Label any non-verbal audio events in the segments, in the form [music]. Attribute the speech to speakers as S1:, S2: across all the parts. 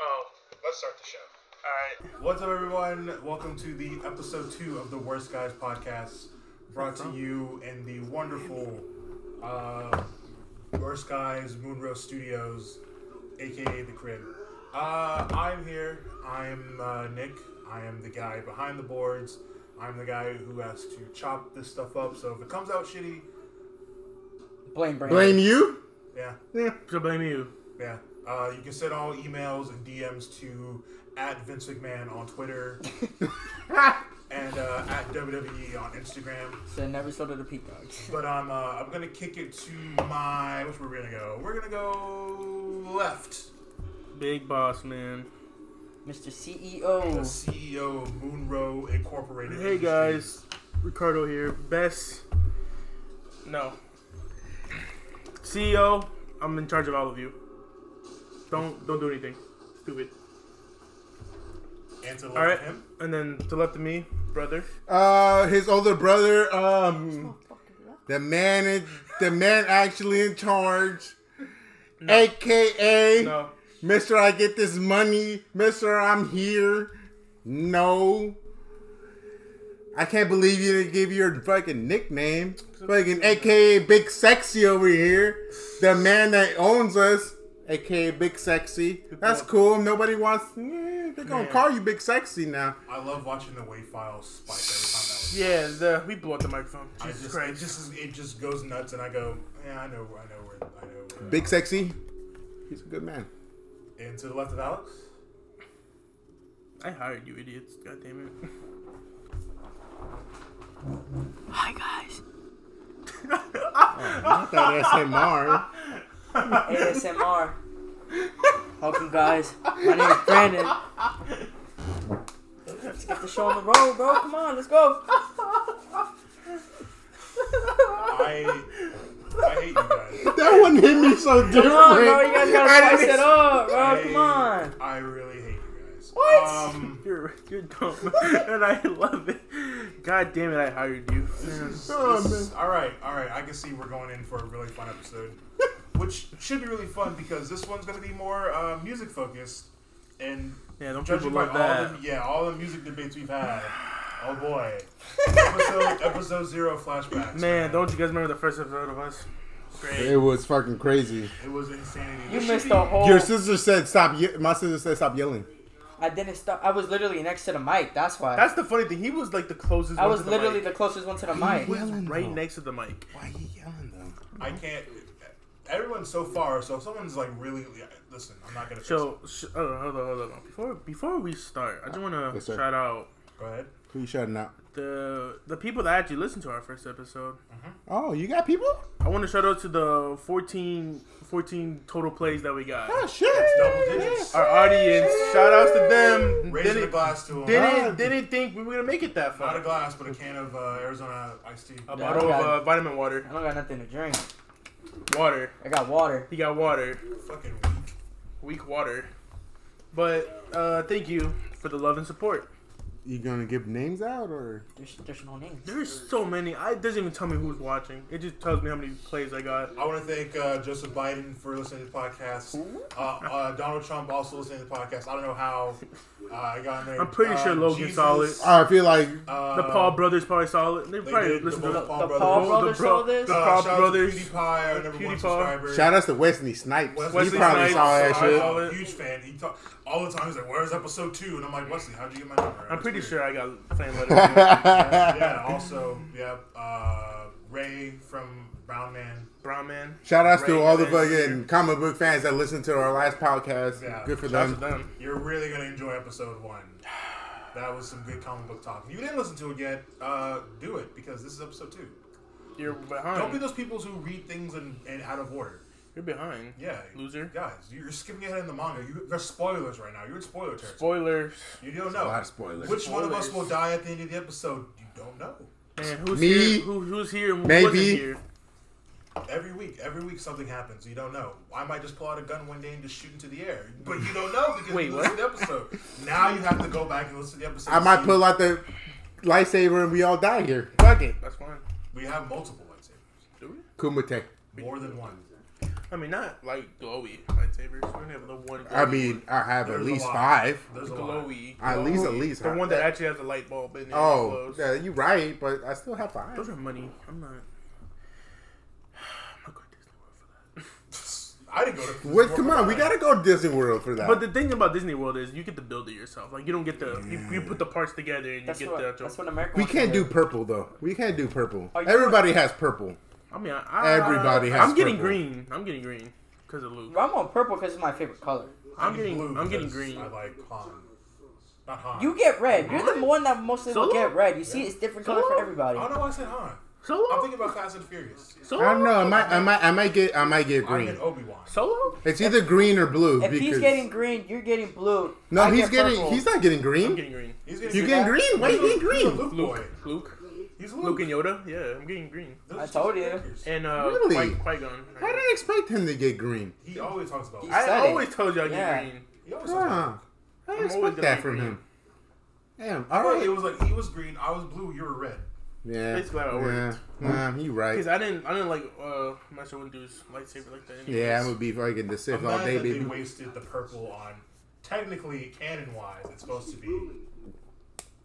S1: Oh, let's start the show. All right.
S2: What's up, everyone? Welcome to the episode two of the Worst Guys podcast, brought to you in the wonderful uh, Worst Guys Moonrow Studios, aka the crib. Uh, I'm here. I'm uh, Nick. I am the guy behind the boards. I'm the guy who has to chop this stuff up. So if it comes out shitty,
S3: Blame Brandon.
S4: Blame you?
S2: yeah,
S4: Yeah, could blame you.
S2: yeah. Uh, you can send all emails and DMs to at Vince McMahon on
S4: [laughs]
S2: Twitter and uh, at WWE on Instagram.
S3: Send every soda to [laughs] Peacocks.
S2: But I'm uh, I'm gonna kick it to my which we're gonna go. We're gonna go left.
S4: Big boss man.
S3: Mr.
S2: The
S3: CEO.
S2: CEO E of Moonrow Incorporated.
S4: Hey guys, Ricardo here. Best. No. CEO, E I'm in charge of all of you. Don't don't do anything. Stupid.
S2: And to the left
S4: All right,
S2: of him,
S4: and then to left of me, brother.
S5: Uh, his older brother, um, the man, in, the man actually in charge, aka
S4: No.
S5: Mister. I get this money, Mister. I'm here. No, I can't believe you didn't give your fucking nickname, fucking aka Big Sexy over here, the man that owns us. AKA Big Sexy. That's cool. Nobody wants. eh, they're gonna
S4: Man.
S5: call you Big Sexy now.
S2: I love watching the wave file spike every time that was.
S4: Yeah, the we blew up the microphone.
S2: I
S4: Jesus
S2: just, it
S4: Christ.
S2: just it just goes nuts, and I go, yeah, I know, I know where, I know. Where
S5: Big Sexy. He's a good man.
S2: And to the left of Alex,
S4: I hired you, idiots. God damn it.
S3: Hi, guys.
S5: Not that SMR.
S3: ASMR. Welcome, guys. My name is Brandon. Let's get the show on the road, bro. Come on, let's go.
S2: I I hate you
S3: [laughs]
S2: guys.
S5: That one hit me so different.
S3: Come on, bro. You guys
S5: I
S3: gotta spice
S5: didn't
S3: it up, bro.
S2: I-
S3: Oh, Come on.
S2: I really hate you guys.
S3: What?
S2: Um,
S4: You're you're dumb, [laughs] and I love it. God damn it, I hired you.
S5: Oh,
S2: This is- all right, all right. I can see we're going in for a really fun
S3: [laughs]
S2: episode, which should be really fun because this one's going to be more uh, music focused. And
S4: Yeah, don't people
S2: judging by
S4: love
S2: all
S4: that?
S2: the yeah, all the music debates we've had, oh
S3: [laughs]
S2: boy, episode episode zero flashbacks.
S4: Man, don't you guys remember the first episode of us?
S5: It was fucking crazy.
S2: It was insanity.
S3: You
S2: This should
S3: missed
S2: be-
S3: the whole.
S5: Your sister said stop. Ye- my sister said stop yelling.
S3: I didn't stop. I was literally next to the mic. That's why.
S4: That's the funny thing. He was like the closest.
S3: I
S4: one
S3: was
S4: to the
S3: literally
S4: mic.
S3: the closest one to the mic.
S5: What? Yelling,
S4: right
S5: though.
S4: next to the mic.
S5: Why are you yelling though?
S2: I can't. Everyone's so far. So if someone's like really listen, I'm not gonna. fix
S4: So sh- hold on, hold on, hold on. Before before we start, I just want to
S5: Yes, sir.
S4: shout out
S2: it. go ahead.
S5: Please shut up.
S4: the the people that actually listened to our first episode.
S5: Oh, you got people?
S4: I want to shout out to the 14, 14 total plays that we got.
S5: Oh shit!
S2: double digits.
S4: Our audience, shout outs to them.
S2: Raising a
S4: Didn't,
S2: glass to 'em.
S4: didn't didn't think we were gonna make it that
S2: Not a
S4: far.
S2: glass, but a can of uh, Arizona iced tea.
S4: A
S3: Yeah,
S4: bottle
S3: I
S4: of
S3: got
S4: uh, vitamin water.
S3: I don't got nothing to drink.
S4: Water.
S3: I got water.
S4: He got water.
S2: Fucking weak.
S4: Weak water. But uh, thank you for the love and support.
S5: You gonna give names out or?
S3: There's, there's no names.
S4: There's so many. I it doesn't even tell me who's watching. It just tells me how many plays I got.
S2: I want to thank uh, Joseph Biden for listening to the podcast. Uh, uh, Donald Trump also listening to the podcast. I don't know how uh, I got in there.
S4: I'm pretty
S2: Uh,
S4: sure Logan
S2: Jesus,
S4: saw it.
S5: I feel like
S2: Uh,
S4: The Paul brothers probably saw it. They,
S2: They
S4: probably
S2: did.
S4: listened
S2: the, both
S4: to it.
S2: Paul
S3: the
S2: brothers.
S3: Paul
S4: The
S3: brothers
S4: bro-
S3: saw this?
S2: Uh,
S4: The Paul
S2: shout out to
S4: brothers.
S2: PewDiePie, our number one
S4: PewDiePie.
S2: subscriber.
S5: shout outs to Wesley Snipes.
S2: Wesley
S5: you probably
S4: Snipes.
S5: saw that
S4: I
S5: shit.
S4: saw
S2: I'm a
S4: it.
S2: huge fan. He talk, all the time. He's like, "Where's episode two? And I'm like, "Wesley, how'd you get my number?"
S4: I'm
S2: It's
S4: pretty
S2: weird.
S4: sure I got
S3: [laughs]
S4: fan letters.
S2: Yeah. Also, yeah. Uh, Ray from Brown Man.
S4: Brown man.
S5: Shout outs to
S4: Ray
S5: all the
S4: Ray.
S5: fucking comic book fans that listened to our last podcast.
S2: Yeah.
S5: Good for
S4: Shout out to
S5: them.
S4: them.
S2: You're really gonna enjoy episode one. That was some good comic book talk. If you didn't listen to it yet, uh, do it because this is episode two.
S4: You're
S2: Don't be
S4: behind.
S2: those people who read things and, and out of order.
S4: You're behind.
S2: Yeah,
S4: Loser.
S2: guys, you're skipping ahead in the manga. You, there's spoilers right now. You're in spoiler territory.
S4: Spoilers.
S2: You don't
S5: A lot
S2: know
S5: of spoilers.
S2: which one of us will
S4: Spoilers.
S2: die at the end of the episode. You don't know.
S4: Man, who's
S5: Me?
S4: here? Who, who's here? and Who
S5: Maybe.
S4: wasn't here?
S2: Every week, every week something happens. You don't know. I might just pull out a gun one day and just shoot into the air, but you don't know because
S4: Wait,
S2: you listened to the episode. Now you have to go back and listen to the episode.
S5: I
S2: to
S5: might
S2: see-
S5: pull out the lightsaber and we all die here. Fuck it.
S4: That's fine.
S2: We have multiple lightsabers,
S4: Do we?
S5: Kumite.
S2: more than one.
S4: I mean, not like glowy lightsabers. We only have the one.
S5: I
S4: glowy
S5: mean,
S4: one.
S5: I have
S2: There's
S5: at
S2: a
S5: least
S2: lot.
S5: five.
S2: There's a lot.
S4: glowy.
S5: At least, at least
S4: the
S5: I-
S4: one that actually has a light bulb in it.
S5: Oh,
S4: glows.
S5: yeah, you're right, but I still have five.
S4: those are money. I'm not. I'm not going to Disney World for that.
S2: I didn't go to.
S5: What? Come on, we gotta go Disney World for that.
S4: But the thing about Disney World is you get to build it yourself. Like you don't get the you, you put the parts together and
S3: That's
S4: you get
S3: what,
S4: the. actual-
S3: that's what America.
S5: we
S3: wants to
S5: can't do purple though. We can't do purple.
S3: Are you-
S5: Everybody has purple.
S4: I mean, I, I,
S5: Everybody has
S4: I'm getting
S5: purple.
S4: green. I'm getting green because of Luke.
S3: I'm on purple because it's my favorite color.
S4: I'm getting
S2: blue
S4: I'm getting
S2: because
S4: green.
S2: I like Han. Not Han.
S3: You get red. You're the one that mostly will
S4: Solo?
S3: get red. You see, it's different color for
S4: Solo?
S2: I
S3: everybody.
S2: don't know why Oh, I said Han. I'm
S4: Solo.
S2: thinking about Fast and Furious.
S4: Solo.
S5: I don't know. I might, I might, I might get, I might get
S2: I'm
S5: green.
S2: in Obi Wan.
S4: Solo.
S5: It's either green or blue.
S3: If
S5: because
S3: he's getting green, you're getting blue.
S5: no,
S3: I
S5: he's
S3: get
S5: getting,
S3: purple.
S5: he's not getting
S4: I'm
S5: green.
S4: getting green.
S2: He's
S5: you
S2: get
S5: getting green? Why you getting green?
S2: Luke, boy.
S4: Luke. Luke.
S2: He's
S4: Luke
S2: Luke.
S4: and Yoda. Yeah, I'm getting green.
S2: Those
S3: I
S2: are
S3: told
S2: two
S3: you.
S2: characters.
S4: And uh,
S5: Really?
S4: Qui Qui Gon.
S5: I didn't expect him to get green.
S2: He always talks about.
S3: He's-
S4: I
S3: Said it.
S4: always told you I get
S3: Yeah.
S4: green.
S2: He always talks about.
S5: Huh. I
S4: I'm
S5: didn't
S4: always
S5: expect
S4: gonna
S5: that
S4: be
S5: from
S4: green.
S5: him. Damn. All
S2: Right, It
S5: right.
S2: was like he was green, I was blue, you were red.
S5: Yeah.
S4: Basically, how it
S5: yeah.
S4: worked.
S5: Nah, you right.
S4: Because I didn't I didn't like uh Master Windu's lightsaber like that. Anyways.
S5: Yeah, I'm gonna be fucking the Sith
S2: I'm
S5: all
S2: glad
S5: day,
S2: that they
S5: baby.
S2: wasted the purple on. Technically, canon wise, it's supposed to be.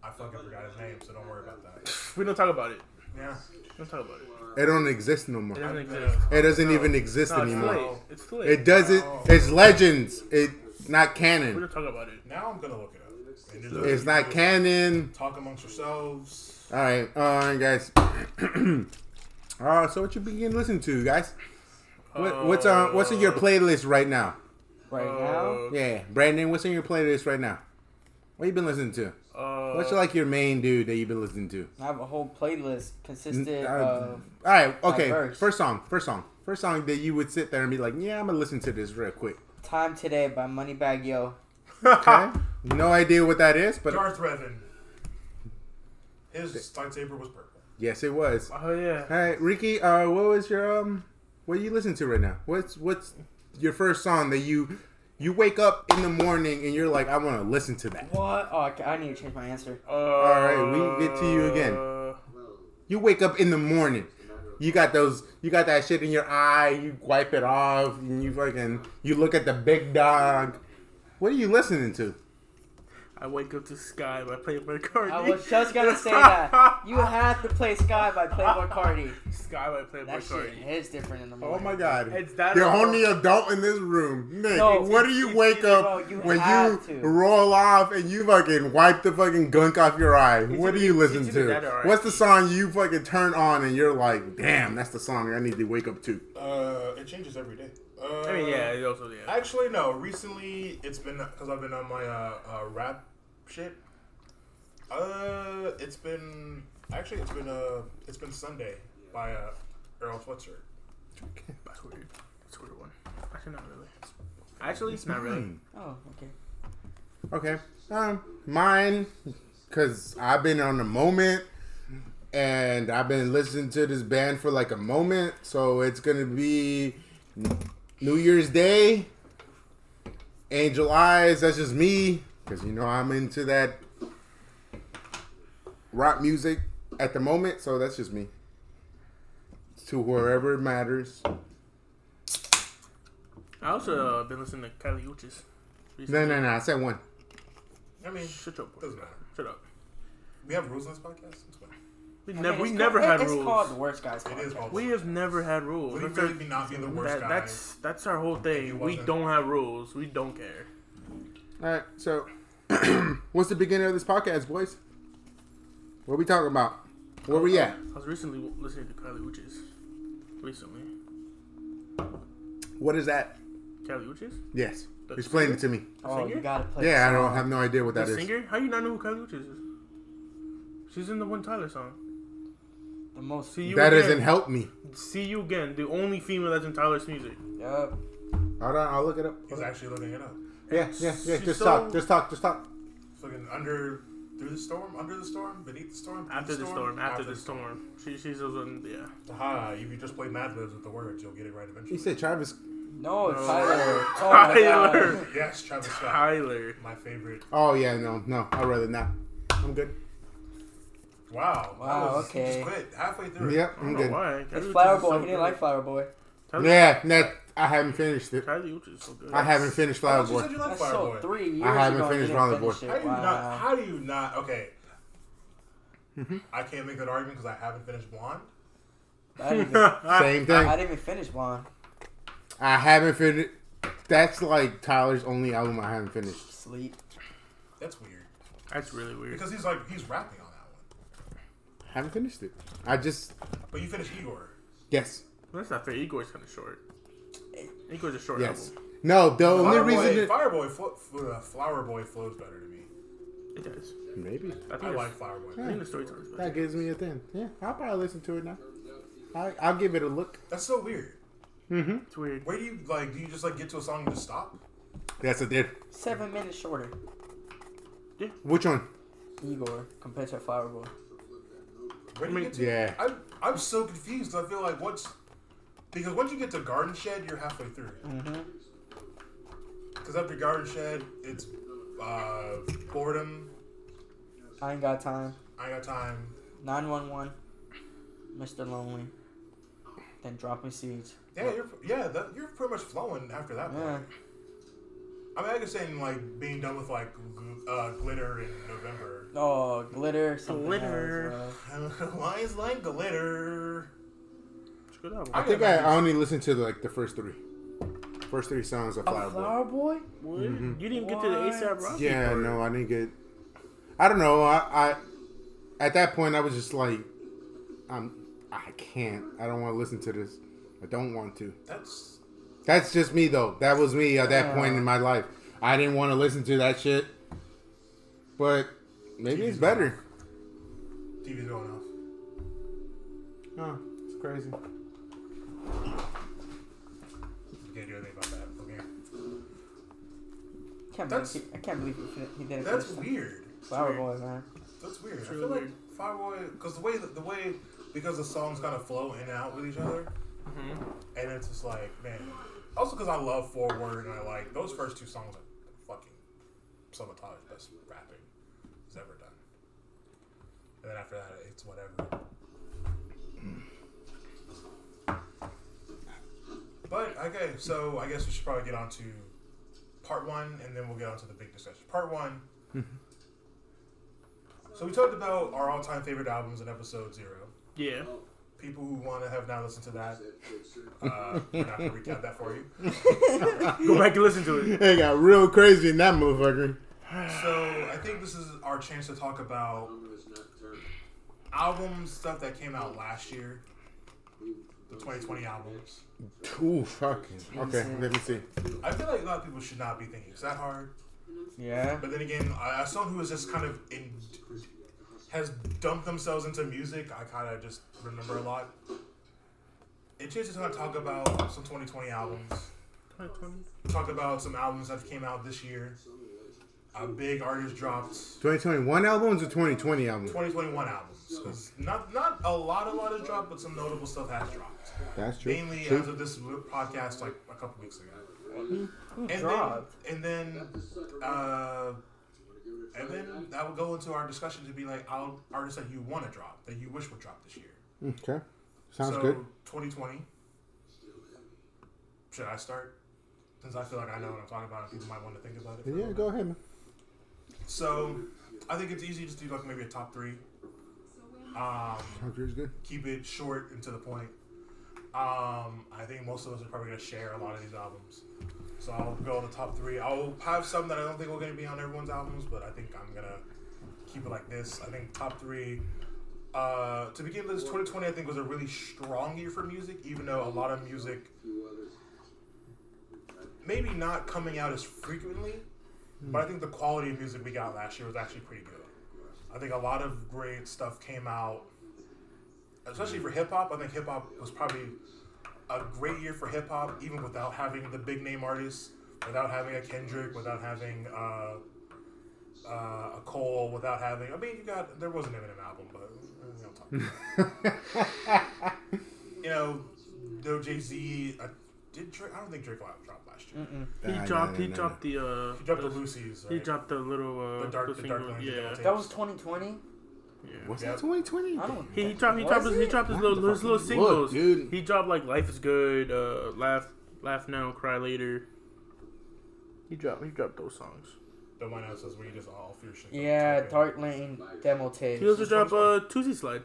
S2: I fucking forgot his name, so don't worry about that.
S4: We don't talk about it.
S2: Yeah.
S4: Don't talk about it.
S5: It don't exist no
S4: It
S5: more.
S4: doesn't exist.
S5: It doesn't even exist
S4: No, it's Oh. too
S5: anymore.
S4: late. It's too late.
S5: It doesn't. It's legends. It's not
S4: We
S5: canon.
S4: don't talk about it.
S2: Now I'm gonna look it up. And just-
S5: It's not canon.
S2: Talk amongst yourselves.
S5: All right, all right, guys. [clears throat] uh, so what you begin listening to, guys? What, what's on? What's in
S4: Uh,
S5: your playlist right now?
S3: right now.
S5: Yeah, Brandon, what's in your playlist right now? What you been listening to?
S4: Uh,
S5: What's like your main dude that you've been listening to?
S3: I have a whole playlist consisted
S5: Uh,
S3: of.
S5: all right, okay.
S3: diverse.
S5: First song, first song, first song that you would sit there and be like, "Yeah, I'm gonna listen to this real
S4: [laughs]
S5: quick."
S3: Time Today by Moneybag Yo.
S5: Okay. no idea what that is, but
S2: Darth Revan. His lightsaber was purple.
S5: yes, it was.
S4: Oh yeah.
S5: All right, Ricky. Uh, what was your um? What you listen to right now? What's what's your first song that you you wake up in the morning and you're like, I want to listen to that.
S3: What? Oh, I, I need to change my answer.
S4: Uh, All
S5: right, we get to you again.
S4: Uh,
S5: You wake up in the morning. You got those. You got that shit in your eye. You wipe it off, and you fucking. You look at the big dog. What are you listening to?
S4: I wake up to Sky by Playboy Cardi.
S3: I was
S4: [laughs]
S3: just gonna say that. You have to play Sky by Playboy Cardi.
S4: Sky by Playboy
S3: That shit
S4: Cardi.
S3: hits different in the
S5: Oh
S3: morning.
S5: my god!
S4: It's that
S5: You're
S4: old.
S5: only adult in this room, Nick.
S3: No,
S5: what do you wake up
S3: bro, you
S5: when
S3: have
S5: you
S3: to.
S5: roll off and you fucking wipe the fucking gunk off your eye? what do
S4: either-
S5: you listen
S4: it's either
S5: to?
S4: that or
S5: What's the song you fucking turn on and you're like, damn, that's the song I need to wake up to?
S2: Uh, it changes every day. Uh,
S4: I mean, yeah, it also yeah.
S2: Actually, no. Recently, it's been because I've been on my uh, uh, rap shit. Uh, it's been actually it's been uh it's been Sunday by uh, Earl Switzer.
S4: That's weird. That's a weird one. Actually, not really. Actually, it's not really.
S3: Oh, okay.
S5: Okay. Um, mine, because I've been on the moment and I've been listening to this band for like a moment. So it's going to be New Year's Day, Angel Eyes. That's just me, because you know I'm into that rock music at the moment. So that's just me. To wherever it matters.
S4: I also uh, been listening to Kylie Uchis.
S5: No, no, no. I said one.
S2: I mean,
S4: Shut up.
S2: doesn't matter.
S4: Shut up.
S2: We have rules in this podcast. It's fine.
S4: We
S3: Okay,
S4: never, we
S3: it's
S4: never
S3: called-
S4: had
S3: it's
S4: rules.
S3: called the worst guys.
S2: It is all.
S4: We have never had rules.
S2: We
S4: That's
S2: really
S4: our-
S2: be not being the worst
S4: that,
S2: guy.
S4: that's that's our whole
S2: you
S4: thing. We
S2: wasn't.
S4: don't have rules. We don't care.
S5: All right, so [clears throat] what's the beginning of this podcast, boys? What we talking about? Where we at?
S4: I was recently w- listening to Kylie Uchis. Recently,
S5: What is that?
S4: Kylie Uchis,
S5: Yes,
S4: The
S5: explain it to me.
S3: Oh, you
S4: singer?
S3: gotta play.
S5: Yeah, I don't have no idea what
S4: the
S5: that is.
S4: singer. How you not know who Kylie Uchis is? She's in the one Tyler song.
S3: The most.
S4: See you
S5: That
S4: again.
S5: doesn't help me.
S4: See you again. The only female that's in Tyler's music.
S3: Yup.
S5: Hold on, I'll look it up.
S2: He's actually looking it up.
S5: Yeah, yeah, yeah.
S4: She's
S5: Just
S4: so-
S5: talk, just talk, just talk.
S2: Fucking under, through the storm, under the storm, beneath the storm, through
S4: After the storm. After the storm. She she's the one. Yeah.
S2: Ha! If you just play Mad Libs with the words, you'll get it right eventually.
S5: He said Travis.
S3: No, Tyler. Oh my
S5: uh,
S3: God.
S5: [laughs]
S4: Tyler.
S2: Yes, Travis Scott,
S4: Tyler.
S2: my favorite.
S5: Oh yeah, no, no. I'd rather not. I'm good.
S2: Wow.
S3: Wow,
S2: that was- he
S3: okay.
S2: Just quit halfway through.
S5: Yep,
S4: I
S5: I'm
S4: don't know
S5: good.
S4: why. Kylie
S3: It's
S4: Uchis
S3: Flower
S4: is so
S3: Boy. He didn't
S4: good.
S3: like Flower Boy.
S5: Yeah, that I haven't finished it.
S4: Kylie Uchi is so good.
S5: I haven't finished
S2: But you said
S5: Flowerboy.
S2: you like
S3: I saw it
S2: Fireboy.
S3: three years
S5: haven't
S3: ago. and
S5: finished
S3: didn't
S5: Volleyball.
S2: How
S3: finish
S2: do
S3: it.
S2: you
S3: Wow.
S2: not? How do you not? Okay. I can't make that argument because I haven't finished Blonde.
S3: I didn't
S4: [laughs]
S3: even-
S5: Same thing.
S3: I didn't even finish Blonde.
S5: I haven't finished. That's like Tyler's only album I haven't finished.
S3: Sleep.
S2: That's weird
S4: That's really weird.
S2: because he's like he's rapping on that
S5: Haven't finished it. I just
S2: one. But you finished Igor.
S5: yes,
S4: That's not fair. Igor's kind of short. Igor's a short
S5: Eh. yes.
S4: album.
S5: No, the only
S2: Fireboy,
S5: reason that,
S2: Fireboy, flo- flo- uh, Flower Boy flows better to me.
S4: It does.
S5: maybe
S4: I think
S2: I
S4: it's-
S2: like Flower Boy.
S4: I think the storytelling's better.
S5: that gives me a thing. Yeah, I'll probably listen to it now. I, I'll give it a look.
S2: That's so weird.
S4: It's weird.
S2: Where do you like? Do you just like get to a song and just stop?
S5: That's a dip.
S3: Seven minutes shorter.
S5: Which one?
S3: Igor compared to Fireboy.
S2: Where do you get to?
S5: Yeah.
S2: I'm I'm so confused. I feel like once because once you get to Garden Shed, you're halfway through. Because after Garden Shed, it's uh, boredom.
S3: I ain't got time.
S2: I ain't got time.
S3: Nine one one. Mr. Lonely. Then Dropping Seeds.
S2: Yeah, you're yeah. That, you're pretty much flowing after that.
S3: Yeah.
S2: Point. I mean, I could say in, like being done with like gl- uh, glitter in November. [laughs]
S3: Oh, glitter. something
S4: Glitter.
S3: else,
S2: Why is like glitter?
S4: It's a good album.
S5: I think I, I only listened to like the first three, first three songs of
S3: uh,
S5: Flower
S3: a
S5: Boy.
S3: flower boy?
S4: What? You didn't get to the
S3: What?
S4: ASAP Rocky.
S5: Mm-hmm. Yeah,
S4: part.
S5: no, I didn't get. I don't know. I, I at that point I was just like, I'm. I can't. I don't want to listen to this. I don't want to.
S2: That's
S5: That's just me though. That was me at that point
S3: Yeah.
S5: in my life. I didn't want to listen to that shit. But maybe it's better.
S2: TV's going off.
S5: Oh, it's crazy.
S2: You can't do anything about that. Okay.
S3: Can't believe
S2: That's-
S3: he, I can't believe he, fin- he didn't
S2: That's
S3: finish that.
S2: weird.
S3: Flower Boy, man.
S2: That's weird. I
S4: really
S2: feel like
S4: weird.
S2: Fireboy, because the way the way because the songs kind of flow in and out with each other,
S4: Mm-hmm.
S2: and it's just like man. Also, because I love Forward and I like those first two songs are fucking some of Tyler's best rapping he's ever done. And then after that, it's whatever. But okay, so I guess we should probably get on to part one, and then we'll get on to the big discussion. Part one. So we talked about our all-time favorite albums in episode zero.
S4: Yeah.
S2: People who want to have now listened to that, uh, we're not gonna recap that for you.
S4: Go back and listen to it.
S5: [laughs] It got real crazy in that motherfucker.
S2: So I think this is our chance to talk about album stuff that came out last year, the 2020 albums.
S5: Ooh, fucking. Okay,
S3: Insane.
S5: let me see.
S2: I feel like a lot of people should not be thinking it's that hard.
S3: Yeah.
S2: But then again, I- as someone who is just kind of in, has dumped themselves into music, I kind of just remember a lot. It just is going to talk about some 2020 albums. Talk about some albums that came out this year. A big artist dropped
S5: 2021 albums or 2020 albums?
S2: 2021 albums. 'Cause Not not a lot, a lot has dropped, but some notable stuff has dropped.
S5: That's true.
S2: Mainly
S5: True.
S2: as of this podcast, like a couple weeks ago.
S3: Who
S2: And then,
S3: dropped?
S2: and then, uh, and then that will go into our discussion to be like out artists that you want to drop that you wish would drop this year.
S5: Okay. Sounds
S2: so
S5: good.
S2: 2020. Should I start? Since I feel like I know what I'm talking about, and people might want to think about it. for a
S5: Yeah,
S2: little
S5: go ahead, man.
S2: bit. So, I think it's easy to just do like maybe a top three. Um,
S5: Sounds good, good.
S2: keep it short and to the point. Um, I think most of us are probably gonna share a lot of these albums, so I'll go on the top three. I'll have some that I don't think are gonna be on everyone's albums, but I think I'm gonna keep it like this. I think top three. Uh, to begin with, 2020 I think was a really strong year for music, even though a lot of music maybe not coming out as frequently, but I think the quality of music we got last year was actually pretty good. I think a lot of great stuff came out especially for hip hop. I think hip hop was probably a great year for hip hop, even without having the big name artists, without having a Kendrick, without having uh, uh, a Cole, without having. I mean, you got there was an Eminem album, but uh, we don't talk about it. you know, no Jay Z. Uh, did Drake? I don't think Drake dropped last year.
S4: He
S5: Nah,
S4: dropped.
S5: nah,
S4: He
S5: nah,
S4: dropped the. uh
S2: He dropped the Lucy's.
S4: He
S2: right?
S4: dropped the little. uh
S2: The dark-
S4: little
S2: the dark
S4: single.
S2: lines that
S4: Yeah.
S2: don't take-
S3: That was 2020.
S5: nah. Was
S2: Yeah.
S5: that 2020?
S3: I don't.
S4: He, he
S3: think-
S4: dropped. He
S3: was
S4: dropped. His, he
S3: it?
S4: dropped his
S5: What
S4: little
S5: the
S4: his
S5: fuck
S4: little
S5: you look,
S4: singles.
S5: dude?
S4: He dropped like "Life Is Good," uh, "Laugh Laugh Now, Cry Later. He dropped he dropped those songs.
S2: The one that says where you just all fear shit.
S3: Yeah,
S2: Okay.
S3: Dark Lane demo tape.
S4: He also dropped uh, Tuesday Slide.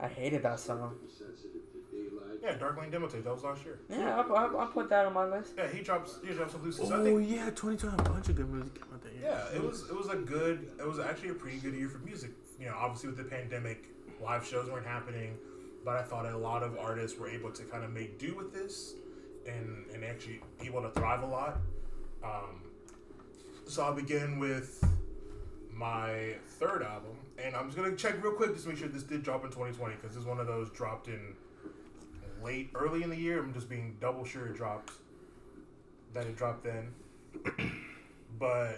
S3: I hated that song.
S2: Yeah, Dark Lane demo tape. That was last year.
S3: Yeah, I, I, I put that on my list.
S2: Yeah, he drops. He drops some loose. I
S4: Oh
S2: think
S4: yeah, 2020 a bunch of good music came out that year.
S2: Yeah, it was it was a good it was actually a pretty good year for music. You know, obviously with the pandemic, live shows weren't happening, but I thought a lot of artists were able to kind of make do with this, and and actually able to thrive a lot. Um, so I'll begin with my third album, and I'm just gonna check real quick just to make sure this did drop in 2020 because this is one of those dropped in late early in the year. I'm just being double sure it dropped that it dropped then, [clears throat] but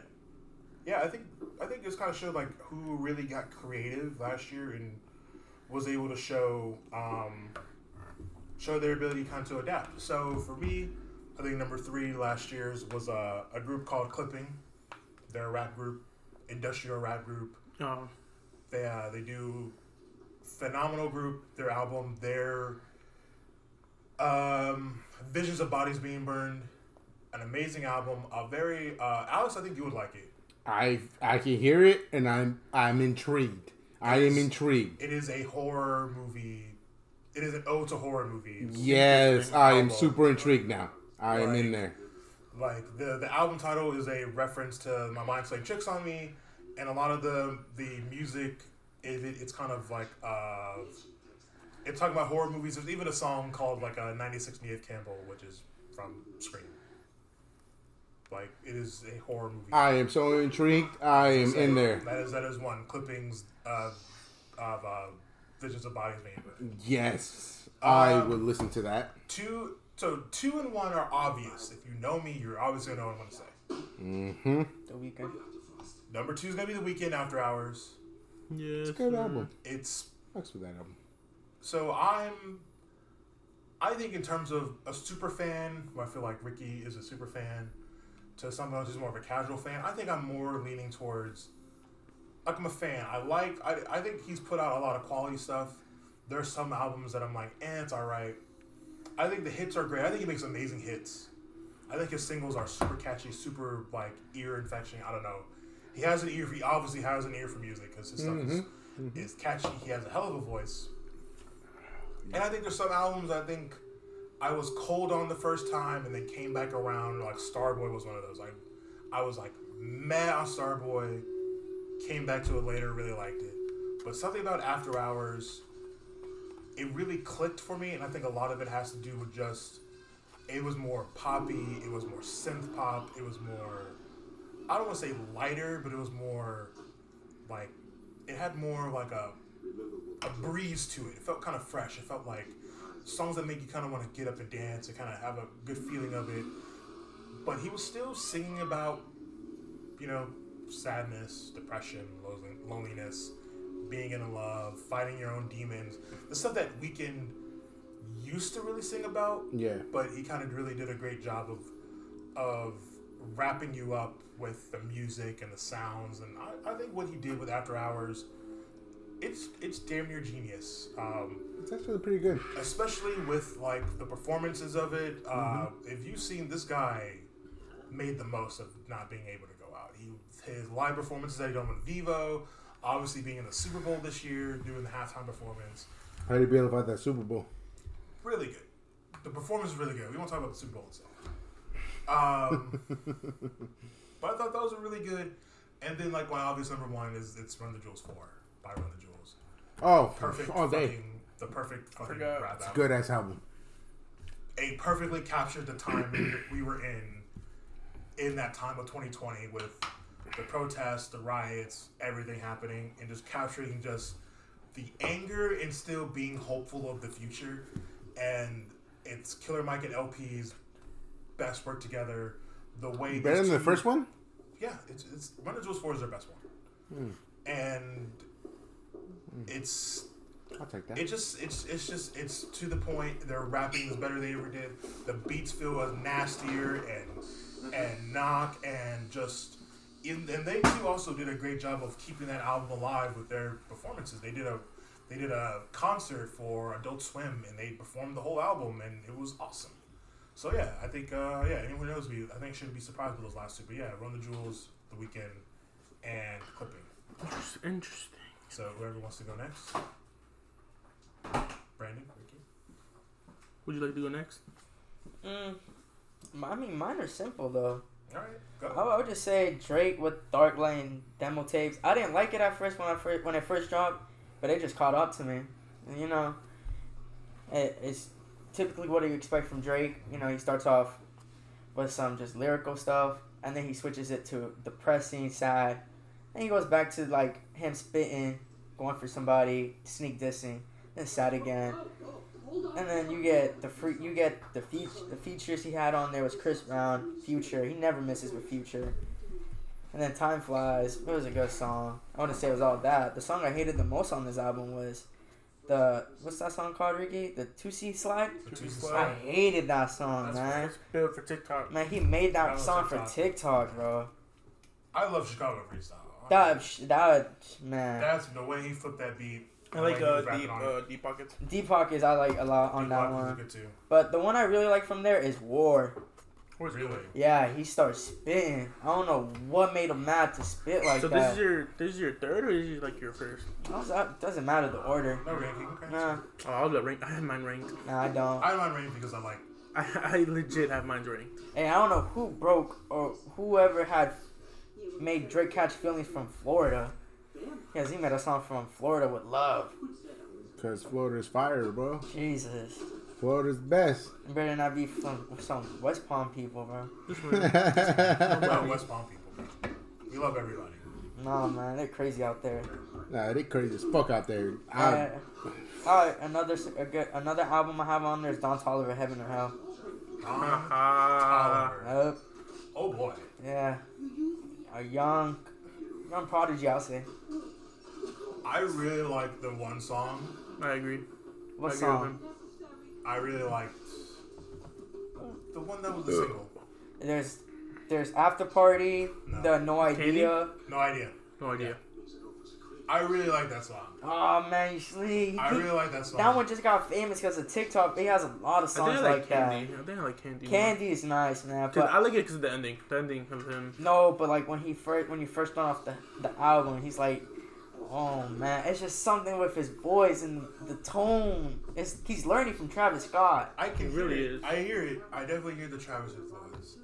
S2: yeah, I think I think this kind of showed like who really got creative last year and was able to show um, show their ability kind of to adapt. So for me, I think number three last year's was a, a group called Clipping. They're a rap group, industrial rap group.
S4: Oh,
S2: They uh, they do phenomenal group. Their album, their um, Visions of Bodies Being Burned, an amazing album. A very uh, Alex, I think you would like it.
S5: I I can hear it, and I'm I'm intrigued. I am intrigued.
S2: It is a horror movie. It is an ode to horror movies.
S5: Yes, I am
S2: Elbow.
S5: super intrigued now. I am in
S2: Like-
S5: there.
S2: Like the the album title is a reference to my mind playing tricks on me, and a lot of the the music, it, it, it's kind of like uh, it's talking about horror movies. There's even a song called like uh, a '96 Neve Campbell, which is from Scream. Like it is a horror movie.
S5: I am so intrigued. I am in there.
S2: That is that is one clippings uh, of uh, Visions of Bodies Being Burned.
S5: Yes, I
S2: Um,
S5: would listen to that.
S2: Two, so two and one are obvious. If you know me, you're obviously gonna know what I'm gonna say.
S3: The weekend.
S2: Number two is gonna be the weekend after hours.
S4: yeah.
S5: Good album.
S2: It's
S5: Fucks with Hmm. that album.
S2: so I'm. I think in terms of a super fan, who I feel like Ricky is a super fan, to someone else who's more of a casual fan. I think I'm more leaning towards. Like I'm a fan. I like. I, I think he's put out a lot of quality stuff. There's some albums that I'm like, eh, it's all right. I think the hits are great. I think he makes amazing hits. I think his singles are super catchy, super like ear infection. I don't know. He has an ear. He obviously has an ear for music because his stuff is, is catchy. He has a hell of a voice. And I think there's some albums I think I was cold on the first time and then came back around. Like Starboy was one of those. Like I was like mad on Starboy. Came back to it later, really liked it. But something about After Hours, it really clicked for me, and I think a lot of it has to do with just it was more poppy, it was more synth pop, it was more I don't want to say lighter, but it was more like it had more like a a breeze to it. It felt kind of fresh. It felt like songs that make you kind of want to get up and dance and kind of have a good feeling of it. But he was still singing about, you know, sadness, depression, lon- loneliness, being in love, fighting your own demons. The stuff that Weekend used to really sing about
S5: Yeah.
S2: but he kind of really did a great job of of wrapping you up with the music and the sounds and I, I think what he did with After Hours it's it's damn near genius um,
S5: It's actually pretty good.
S2: especially with like the performances of it uh, if you've seen this guy made the most of not being able to go out he his live performances that he done with Vivo obviously being in the Super Bowl this year doing the halftime performance
S5: How do you feel about that Super Bowl?
S2: really good. The performance is really good. We won't talk about the Super Bowl itself.
S5: [laughs]
S2: Um, but I thought those were really good. And then like my obvious number one is it's Run the Jewels four by Run the Jewels.
S5: Oh,
S2: Perfect
S5: all day.
S2: fucking the perfect fucking
S4: Forgot.
S2: rap album.
S5: Good ass album.
S2: It perfectly captured the time we- we were in in that time of 2020 with the protests, the riots, everything happening, and just capturing just the anger and still being hopeful of the future. And it's Killer Mike and LP's best work together. The way
S5: Better
S2: these
S5: than the
S2: two-
S5: first one?
S2: yeah, it's it's Run the Jewels Four is their best one,
S5: Hmm.
S2: and it's
S5: I'll take that.
S2: it just it's it's just it's to the point. Their rapping is better than they ever did. The beats feel as nastier and and knock and just in, and they too also did a great job of keeping that album alive with their performances. They did a they did a concert for Adult Swim and they performed the whole album and it was awesome. So yeah, I think uh, yeah, anyone who knows me, I think shouldn't be surprised with those last two. But yeah, Run the Jewels, The Weekend, and Clipping.
S4: Interest- Interesting.
S2: So whoever wants to go next, Brandon, Ricky.
S4: Would you like to go next?
S3: Mm, I mean, mine are simple though.
S2: All right, go.
S3: I would- I would just say Drake with Dark Lane demo tapes. I didn't like it at first when I first when it first dropped, but it just caught up to me. And, you know, it, it's typically what you expect from Drake. You know, he starts off with some just lyrical stuff, and then he switches it to the pressing side, and he goes back to like him spitting, going for somebody, sneak dissing, then sad again. And then you get the free, you get the fe- the features he had on there was Chris Brown, Future. He never misses with Future. And then Time Flies. It was a good song. I wouldn't say it was all that. The song I hated the most on this album was the what's that song called, Ricky? The Two C Slide.
S2: The two
S3: I
S2: slide.
S3: hated that song, man.
S4: That's built for TikTok.
S3: Man, he made that
S2: That was
S3: song for
S2: TikTok.
S3: TikTok, bro.
S2: I love Chicago freestyle.
S3: That sh- that man.
S2: That's the way he flipped that beat.
S4: I like
S2: the way he
S4: uh,
S2: was rapping
S4: deep
S2: on
S4: uh, deep pockets.
S3: Deep Pockets I like a lot on
S2: Deep
S3: that
S2: Pockets was
S3: one.
S2: good too.
S3: But the one I really like from there is War.
S4: Where's
S2: Really?
S3: Yeah, he starts spitting. I don't know what made him mad to spit like
S4: so this
S3: that.
S4: is your this is your third or is it like your first?
S3: Doesn't- that doesn't matter the order.
S2: No ranking. Okay.
S3: Nah,
S4: Oh, I'll let rank. I have mine ranked.
S3: nah, I don't.
S2: I don't mind ranking because I like.
S4: [laughs] I, I legit have mine ranked.
S3: Hey, I don't know who broke or whoever had made Drake catch feelings from Florida. Because he made a song from Florida with love.
S5: Because Florida's fire, bro.
S3: Jesus.
S5: Florida's best.
S3: It better not be from some West Palm people, bro.
S4: This one.
S5: nah,
S2: Well, West Palm people. We love everybody.
S3: No, man, they're crazy out there.
S5: they crazy as fuck out there. I,
S3: Alright, Alright, another s- a good, another album I have on there is Don Tolliver, Heaven or Hell.
S4: Uh,
S2: Don
S4: Ah,
S2: Oliver.
S3: Nope.
S2: Oh boy.
S3: Yeah. A young, young prodigy, I'll say.
S2: I really like the one song.
S4: I agree.
S3: What
S4: I agree with
S3: song?
S4: him.
S2: I really liked the one that was the single.
S3: There's, there's after party.
S2: No.
S3: The no idea.
S2: No idea.
S4: No idea.
S2: I really like that song.
S3: Oh man, you sleep.
S2: I really like that song.
S3: that one just got famous because of TikTok. He has a lot of
S4: I think
S3: songs
S4: I
S3: like,
S4: like
S3: that.
S4: candy. I think I like candy. more.
S3: Candy is nice, man.
S4: 'Cause
S3: But
S4: I like it because of the ending. The ending of him.
S3: no, but like when he first, when you first start off the the album, he's like. Oh man, it's just something with his voice and the tone. It's he's learning from Travis Scott.
S2: I can
S4: It really
S2: hear it.
S4: is.
S2: I hear it. I definitely hear the Travis influence.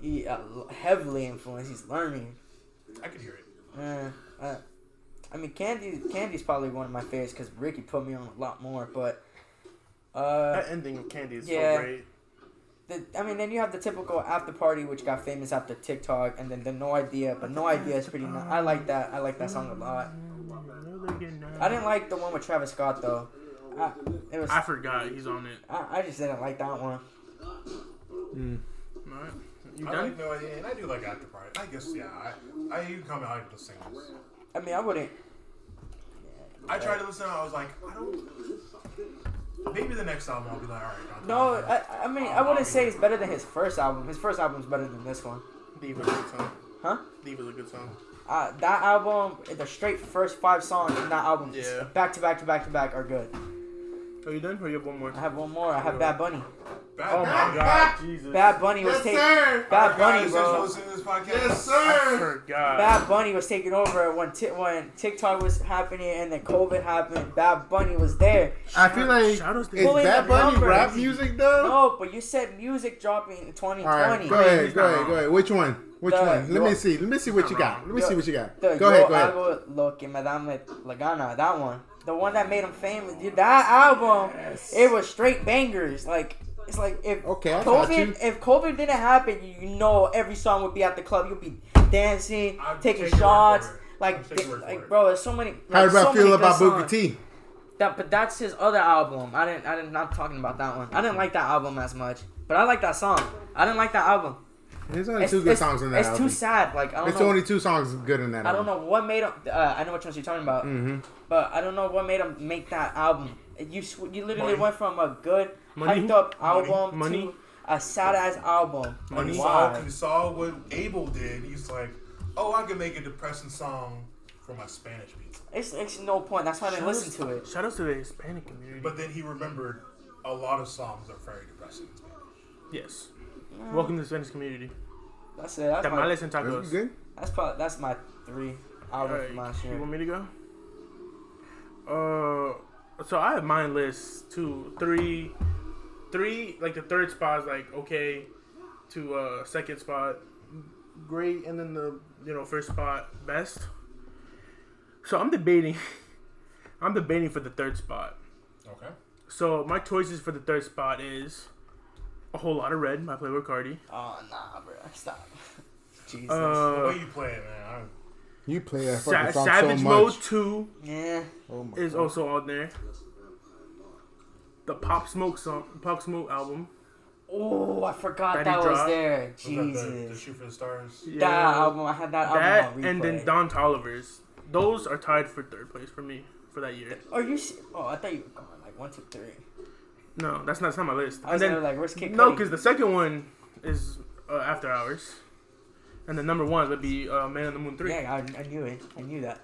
S3: He uh, heavily influenced. He's learning.
S2: I can hear it.
S3: Uh, uh, I mean, Candy Candy's probably one of my favorites because Ricky put me on a lot more. But uh,
S4: That ending of candy is
S3: yeah.
S4: so great.
S3: the, I mean, then you have the typical after party, which got famous after TikTok, and then the No Idea. But No Idea is pretty. Nice. I like that. I like that song a lot. I didn't like the one with Travis Scott though. I, it was.
S4: I
S3: I,
S4: forgot he's on it.
S3: I just didn't like that one.
S4: Alright. You
S2: I like
S4: done?
S2: no idea, and I do like after party. I guess yeah. I, I you can comment like the singles.
S3: I mean, I wouldn't.
S2: I tried to listen. I was like, I don't. Maybe the next album I'll be like, all right. I'll-
S3: No, I, I mean, I wouldn't say it's better than his first album. His first album's better than this one,
S4: Leave was a good song.
S3: huh?
S4: Leave was a good song.
S3: Uh, that album, the straight first five songs in that album,
S4: Yeah.
S3: back to back to back to back, are good.
S4: Are you done? Or you have one more?
S3: I have one more. I have Bad Bunny.
S2: Bad
S4: Oh my god, Jesus.
S3: Bad Bunny was
S5: yes,
S3: taking.
S5: sir.
S3: Bad Bunny,
S2: guys,
S3: bro.
S2: Listen to this podcast.
S5: Yes,
S4: I
S5: sir.
S4: forgot.
S3: Bad Bunny was taking over when t- when TikTok was happening and then COVID happened. Bad Bunny was there.
S5: I feel like is
S4: Shout outs to
S3: Pulling
S5: Bad
S3: up
S5: Bunny
S3: numbers.
S5: rap music though?
S3: No, but you said music dropping in 2020.
S5: All right, go ahead,
S4: He's
S5: go
S4: not
S5: ahead,
S4: wrong.
S5: go ahead. Which one? Which
S3: The-
S5: one? Let
S3: your-
S5: me see. Let me see what you got. Let me
S3: Your-
S5: see what you got.
S3: The
S5: Go ahead, go ahead.
S3: Hago Lo que me da me la gana, that one. The one that made him famous. Dude, that album, it was straight bangers. Like, it's like if
S5: Okay, I got you.
S3: COVID, if COVID didn't happen, you know every song would be at the club. You'd be dancing,
S2: I'll
S3: taking
S2: take your word
S3: shots.
S2: for it. I'll
S3: Like,
S2: take your word for
S3: like,
S2: it.
S3: bro, there's so many.
S5: How
S3: like,
S5: do I
S3: so many
S5: feel
S3: good
S5: about Booker
S3: songs.
S5: T?
S3: That, but that's his other album. I didn't, I didn't, not talking about that one. I didn't like that album as much, but I like that song. I didn't like that album.
S5: There's only two good songs in that
S3: It's
S5: album.
S3: too sad. Like, I don't
S5: It's
S3: know.
S5: only two songs good in that
S3: I don't
S5: album.
S3: know what made him. Uh, I know which ones you're talking about,
S4: Mm-hmm.
S3: but I don't know what made him make that album. You sw- you literally
S2: Money.
S3: went from a good
S4: Money.
S3: hyped up album
S4: Money.
S3: to a sad ass album.
S2: When
S4: Money.
S2: he saw,
S3: Why?
S2: he saw what Abel did, he's like, oh, I can make a depressing song for my Spanish people.
S3: It's it's no point. That's why I didn't
S4: Shout
S3: listen to
S4: outs-
S3: it.
S4: Shout outs to the Hispanic community.
S2: But then he remembered a lot of songs are very depressing. in Spanish.
S4: Yes.
S3: Mm,
S4: Welcome to the Spanish community.
S3: That's it. That's, my,
S4: Tamales and
S5: That's
S4: tacos.
S5: good.
S3: that's probably that's my three. I'll
S4: Alright,
S3: look for my
S4: You
S3: shit.
S4: want me to go? Uh, so I have mine list two, three, three. Like the third spot is like okay, to uh second spot, great, and then the you know first spot best. So I'm debating. [laughs] I'm debating for the third spot.
S2: Okay.
S4: So my choices for the third spot is a whole lot of red. My play with Cardi.
S3: Oh nah, bro, [laughs] stop. Jesus.
S2: The way
S4: Uh,
S2: you play it, man.
S5: You play that
S4: Sa-
S5: fucking song
S4: Savage
S5: so
S4: Mode
S5: much.
S4: Two.
S3: yeah.
S5: Oh my
S4: is
S5: God.
S4: also on there. The Pop Smoke song, Pop Smoke album.
S3: Oh, I forgot
S4: Betty
S3: that was
S4: Drop.
S3: there.
S2: I, was that the, the
S3: Jesus.
S2: Shoot for the Stars?
S4: Yeah.
S3: That album, I had that
S4: That
S3: album on replay.
S4: and then Don Tolliver's. Those are tied for third place for me for that year.
S3: Are you? s- Oh, I thought you were going like one, two, three.
S4: No, that's not, that's not my list.
S3: I
S4: And
S3: was
S4: then
S3: gonna be like, where's Kid
S4: no,
S3: Cudi?
S4: because the second one is uh, After Hours, and the number one would be uh, Man on the Moon Three.
S3: Yeah, I, I knew it. I knew that.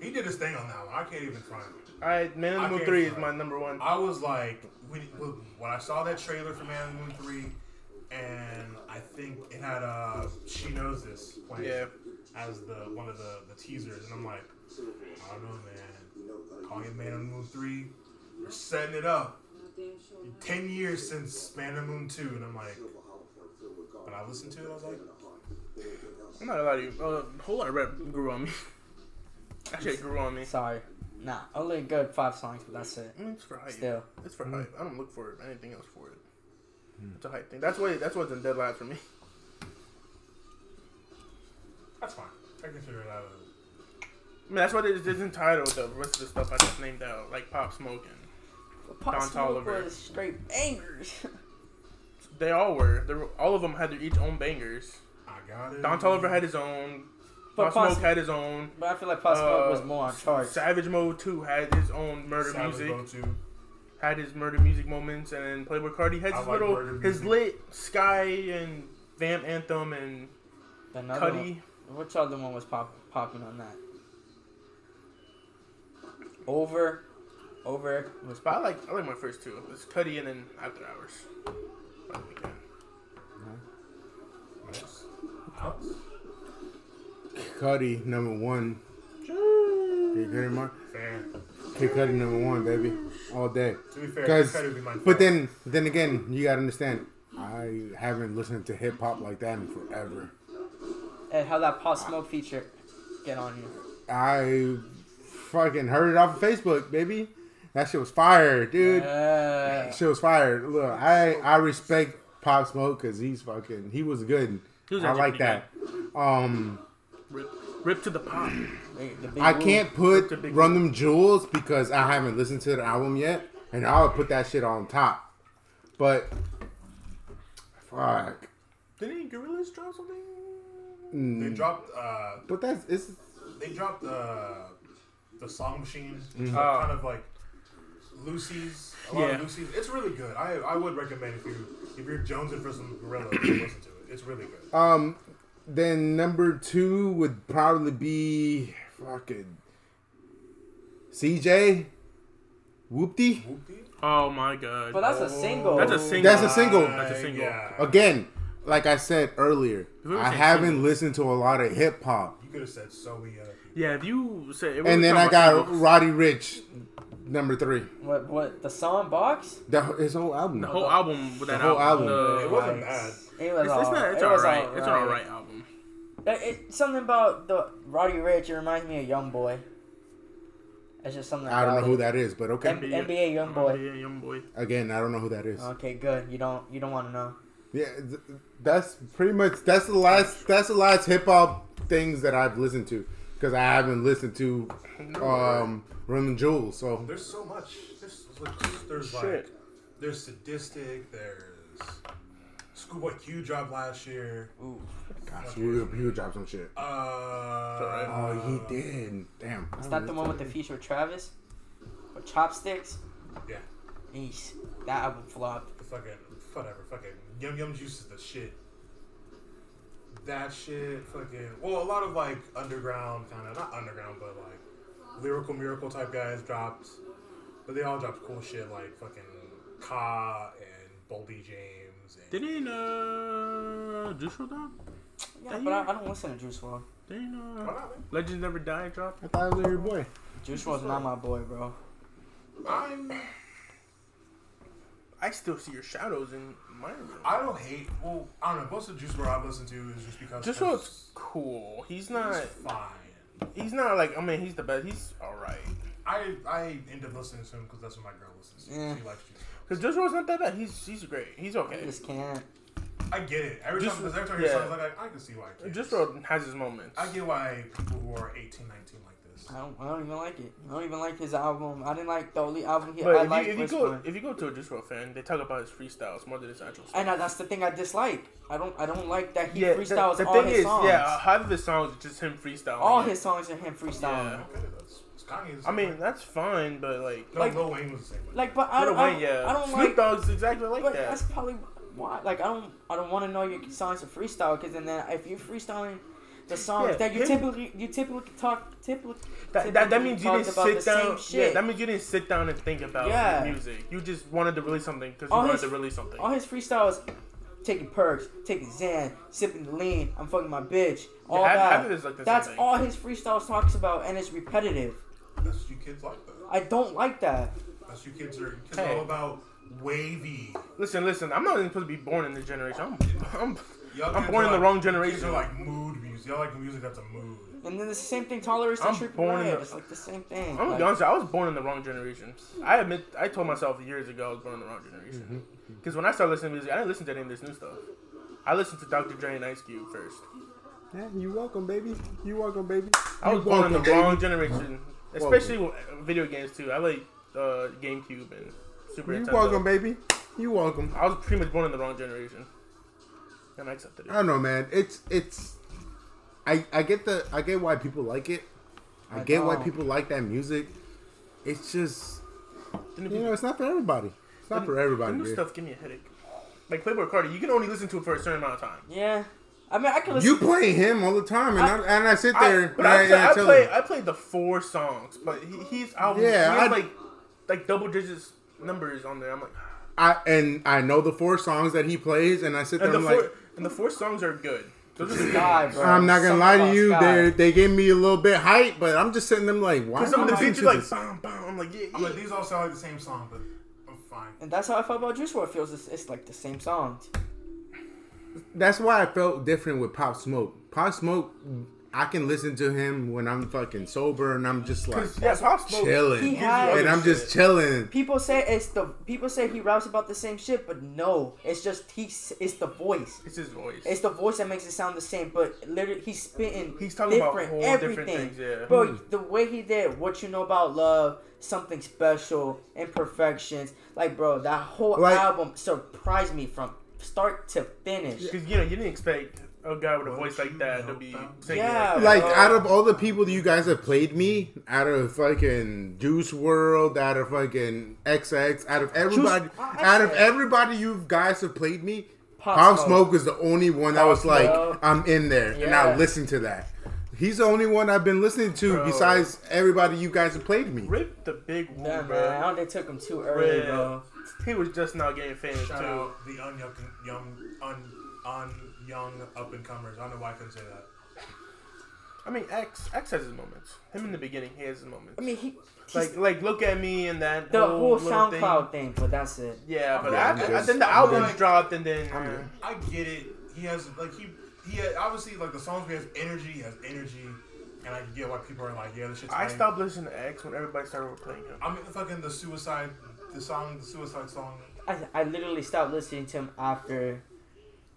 S2: He did his thing on that one. I can't even find it.
S4: I Man on
S2: I
S4: the Moon
S2: can't
S4: Three is
S2: find
S4: my
S2: it.
S4: number one.
S2: I was like, when, when I saw that trailer for Man in the Moon 3, and I think it had uh, She Knows This playing
S4: Yeah.
S2: as the one of the, the teasers, and I'm like, I don't know, man. Calling it Man in the Moon 3, we're setting it up. 10 years since Man in the Moon 2, and I'm like, when I listened to it, I was like,
S4: I'm not gonna lie to you. Uh, whole lot of rap grew on me. [laughs] Actually, it grew on me.
S3: Sorry. Nah, only a good five songs, but that's it.
S4: I mean, it's for hype.
S3: Still.
S4: It's
S2: Hmm.
S4: for hype. I don't look for anything else for it. It's a hype thing. That's why. That's what's in dead last for me.
S2: that's fine. I can figure it out.
S4: I mean, that's why it's, it's entitled the rest of the stuff I just named out, like Pop Smoking.
S3: Pop
S4: Don
S3: Smoke
S4: Tolliver.
S3: was straight bangers. [laughs]
S4: They all were. They were all of them had their each own bangers.
S2: I got it.
S4: Don Tolliver had his own.
S3: But
S4: Pop Smoke
S3: Pop-
S4: had his own.
S3: but I feel like Pop Smoke
S4: Uh,
S3: was more on charts.
S4: Savage Mode 2 had his own murder
S2: Silent
S4: music,
S2: Vote too.
S4: had his murder music moments, and then Playboy Cardi had
S2: I
S4: his
S2: like
S4: little,
S2: murder
S4: his
S2: music.
S4: lit Sky and Vamp Anthem and
S3: Another
S4: Cuddy.
S3: One, which other one was pop, popping on that? Over. Over was
S4: But I like I like my first two. It's Cuddy and then After Hours. Like we can.
S2: Nice. Ouch.
S5: Cudi number one. Kid Cudi, mar-
S2: Fair.
S5: Kid Cudi number one, baby, all day.
S2: To be fair,
S5: Because,
S2: Cudi would be my favorite.
S5: but then, then again, you gotta understand. I haven't listened to hip hop like that in forever.
S3: and how that Pop Smoke feature get on you.
S5: I fucking heard it off of Facebook, baby. That shit was fire,
S3: Uh,
S5: dude.
S3: Yeah.
S5: That shit was fire. Look, I I respect Pop Smoke because he's fucking. He was good.
S4: He was
S5: I
S4: actually
S5: like that. Um,
S4: Rip, rip to the pop. [clears throat]
S3: Wait, the big
S5: I
S3: Woo.
S5: can't put
S4: It's a big
S5: Run Them Jewels because I haven't listened to the album yet, and I would put that shit on top. But fuck,
S4: Didn't Gorillaz drop something?
S2: They
S5: Mm,
S2: dropped uh
S5: but that's it's
S2: they dropped uh the song machine. It's
S4: Oh.
S2: like, kind of like Lucy's a lot
S4: Yeah.
S2: of Lucy's. It's really good. I I would recommend if you if you're jonesing for some gorilla listen to it. It's really good.
S5: um. Then number two would probably be fucking CJ Whoopty.
S2: Whoopty?
S4: Oh my god.
S3: But that's a single.
S4: That's a single.
S5: That's a single.
S4: That's a single.
S2: Uh, Yeah.
S5: Again, like I said earlier,
S4: We were
S5: I
S4: saying
S5: haven't
S4: singles.
S5: listened to a lot of hip hop.
S2: You could have said so we uh,
S4: Yeah, if you say it
S5: And
S4: we're
S5: then
S4: talking
S5: I
S4: about
S5: got
S4: singles.
S5: Roddy Rich, number three.
S3: What? What? The song box?
S5: That, his whole album.
S4: the whole album with that
S5: whole
S4: album.
S5: album.
S4: the-
S2: It wasn't
S3: Yikes.
S2: bad.
S3: It was
S4: it's,
S3: all,
S4: it's not. It's
S3: it was
S4: alright. It's an alright album.
S3: It, it, something about the Roddy Rich. It reminds me of Young Boy. It's just something.
S5: I don't know
S3: about
S5: who
S3: it.
S5: that is, but okay.
S3: And- NBA Youngboy.
S4: NBA Youngboy.
S5: Again, I don't know who that is.
S3: Okay, good. You don't. You don't want to know.
S5: Yeah, th- that's pretty much that's the last that's the last hip hop things that I've listened to because I haven't listened to um Rum and Jewel. So
S2: There's so much. There's like, there's like
S4: Shit.
S2: there's sadistic, there's Schoolboy Q dropped last year.
S3: Ooh.
S5: gosh, you you dropped some shit.
S2: Uh,
S5: Oh, he did. Damn.
S3: Is that the one with the feature with Travis? With chopsticks?
S2: Yeah.
S3: Eesh. That album flopped.
S2: The fucking whatever, fucking yum yum juice is the shit. That shit, fucking well, a lot of like underground kind of not underground, but like lyrical miracle type guys dropped, but they all dropped cool shit like fucking Ka and Boldy James saying?
S4: Didn't uh Juice WRLD die?
S3: Yeah, but I, I don't listen to Juice WRLD.
S4: Didn't
S2: Why
S4: uh,
S2: not, man?
S4: Legends Never Die drop?
S5: I thought it was your boy.
S3: Juice WRLD's not my boy, bro.
S2: I'm.
S4: I still see your shadows in my room.
S2: I don't hate. Well, I don't know. Most of the Juice WRLD I've listened to is just because.
S4: Juice WRLD's cool. He's not.
S2: it's fine.
S4: He's not like. I mean, he's the best. He's all right.
S2: I I end up listening to him because that's what my girl listens to.
S3: Yeah.
S2: She likes Juice.
S4: Cause Juice WRLD's not that bad. He's he's great. He's
S3: I
S4: okay.
S3: just can't.
S2: WRLD. I get it. Every
S4: Juice
S2: time, 'cause every time I hear
S4: yeah.
S2: songs like that, I can see why. I can't.
S4: Juice WRLD has his moments.
S2: I get why people who are 18, 19 like this.
S3: I don't. I don't even like it. I don't even like his album. I didn't like the only album he.
S4: But
S3: I
S4: if,
S3: like
S4: you, if you
S3: was
S4: go
S3: one.
S4: if you go to a Juice WRLD fan, they talk about his freestyles more than his actual. Songs.
S3: and I, that's the thing I dislike. I don't. I don't like that he
S4: Yeah, the-
S3: freestyles
S4: the,
S3: all
S4: thing
S3: his
S4: is,
S3: songs.
S4: yeah, half of his songs is just him freestyling.
S3: all
S4: it.
S3: his songs are him freestyling.
S4: Yeah.
S2: Okay, that's it's Kanye's.
S4: I mean, that's fine, but like,
S2: no,
S3: like-
S2: Lil Wayne was the same way.
S3: Like, but I don't.
S4: Lil
S3: I
S4: Wayne,
S3: don't,
S4: yeah.
S3: I don't
S4: Snoop
S3: like.
S4: Dogg's exactly like
S3: But
S4: that.
S3: that's probably why. Like, I don't. I don't want to know your songs of freestyle because then that- if you're freestyling. The songs
S4: Yeah,
S3: that you
S4: him-
S3: typically you typically talk typically
S4: That, that, that means you
S3: talked
S4: didn't
S3: about
S4: sit
S3: the same
S4: down. Yeah,
S3: shit.
S4: that means you didn't sit down and think about
S3: Yeah.
S4: the music. You just wanted to release something because you
S3: All
S4: wanted
S3: his-
S4: to release something.
S3: all his freestyles taking perks taking Xan sipping the lean I'm fucking my bitch all
S4: half-
S3: that
S4: half of it is like the same
S3: that's
S4: thing.
S3: all his freestyles talks about and it's repetitive
S2: That's you kids like that.
S3: I don't like that
S2: That's you kids are. You kids
S4: Hey.
S2: are all about wavy.
S4: Listen, listen. I'm not even supposed to be born in this generation. I'm, I'm,
S2: Y'all
S4: I'm
S2: kids are
S4: born in the
S2: like-
S4: wrong
S2: Kids
S4: generation.
S2: are like mood music. Y'all like music that's a mood.
S3: And then it's the same thing tolerates and
S4: I'm
S3: tripping
S4: born in
S3: red.
S4: the-
S3: It's like the same thing.
S4: I'm
S3: like,
S4: gonna be honest. with you, I was born in the wrong generation. I admit. I told myself years ago I was born in the wrong
S5: Mm-hmm,
S4: generation. Because when I started listening to music, I didn't listen to any of this new stuff. I listened to Dr. Dre and Ice Cube first.
S5: Yeah, you welcome, baby. You welcome, baby.
S4: I was
S5: You
S4: born in the
S5: welcome, baby.
S4: wrong generation, especially with uh, video games too. I like uh, GameCube and Super
S5: You
S4: Nintendo.
S5: welcome, baby. You welcome.
S4: I was pretty much born in the wrong generation, and I accepted
S5: I
S4: it.
S5: don't know, man. It's it's. I I get the I get why people like it. I,
S3: I
S5: get why
S3: know.
S5: people like that music. It's just
S4: Didn't
S5: you know it's not for everybody. It's not for everybody.
S4: The new
S5: dude.
S4: stuff give me a headache. Like Playboy Cardi, you can only listen to it for a certain amount of time.
S3: Yeah. I mean, I could listen.
S5: You play him all the time, and I, and I sit
S4: I,
S5: there
S4: but
S5: and I,
S4: I,
S5: and
S4: play,
S5: I
S4: I,
S5: tell
S4: play,
S5: him,
S4: I played the four songs, but he, his album
S5: Yeah,
S4: yeah,
S5: I-
S4: like like double digits numbers on there. I'm like,
S5: I and I know the four songs that he plays, and I sit there
S4: and
S5: and
S4: the
S5: I'm
S4: four
S5: like,
S4: and the four songs are good. Those [laughs] are the
S3: Sky, bro.
S5: I'm not gonna
S3: Something
S5: lie
S4: Oh,
S5: to
S3: about
S5: you,
S3: Sky.
S5: they they gave me a little bit hype, but I'm just sitting them like, why?
S4: Some of
S5: am
S4: the
S5: I
S4: beats are
S5: listening to
S4: like
S5: this?
S4: bam bam. I'm like yeah,
S2: I'm
S4: yeah.
S2: like these all sound like the same song, but I'm fine.
S3: And that's how I felt about Juice WRLD. Feels it's, it's like the same songs.
S5: That's why I felt different with Pop Smoke. Pop Smoke, I can listen to him when I'm fucking sober and I'm just like
S4: 'Cause, yeah, Pop Smoke-
S3: He
S5: chilling,
S3: has-
S5: and I'm just chilling.
S3: People say it's the people say he raps about the same shit, but no, it's just he. s- It's the voice.
S4: It's his voice.
S3: It's the voice that makes it sound the same, but literally he's spitting.
S4: He's talking about
S3: different,
S4: whole
S3: everything.
S4: different things, yeah.
S3: Bro,
S5: Hmm.
S3: the way he did what you know about love, something special, imperfections, like bro, that whole
S5: Like-
S3: album surprised me from start to finish.
S4: Because you know you didn't expect a guy with a voice like that to be singing.
S3: Yeah.
S4: like that.
S5: Like
S3: Uh,
S5: out of all the people that you guys have played me, out of fucking Juice World, out of fucking XX, out of everybody, out of everybody you guys have played me,
S3: Pop
S5: Pop,
S3: Smoke.
S5: Smoke. is the only one that was like,
S3: Smoke.
S5: I'm in there, and
S3: Yeah.
S5: I listen to that. He's the only one I've been listening to
S4: Bro.
S5: besides everybody you guys have played me.
S4: Rip the big woo,
S3: Yeah, man. I
S4: bro.
S3: don't think they took him too early,
S4: Yeah.
S3: bro.
S4: He was just now getting famous
S2: Shout
S4: too.
S2: out the unyoung, young, un, un, young up and comers. I don't know why I couldn't say that.
S4: I mean, X X has his moments. Him in the beginning, he has his moments.
S3: I mean, he he's-
S4: like like look at me and that
S3: the whole
S4: whole, little thing.
S3: SoundCloud thing. but that's it.
S4: Yeah, but
S2: good.
S4: after,
S5: I'm good.
S4: then the
S5: I'm
S4: album
S2: good.
S4: dropped and then
S5: I'm
S4: uh,
S5: good.
S2: I get it. He has like he he had, obviously like the songs. He has energy. He has energy, and I get why people are like, yeah, this shit's.
S4: I
S2: lame.
S4: stopped listening to X when everybody started playing him.
S2: I mean, fucking the suicide, the song, the suicide song.
S3: I, I literally stopped listening to him after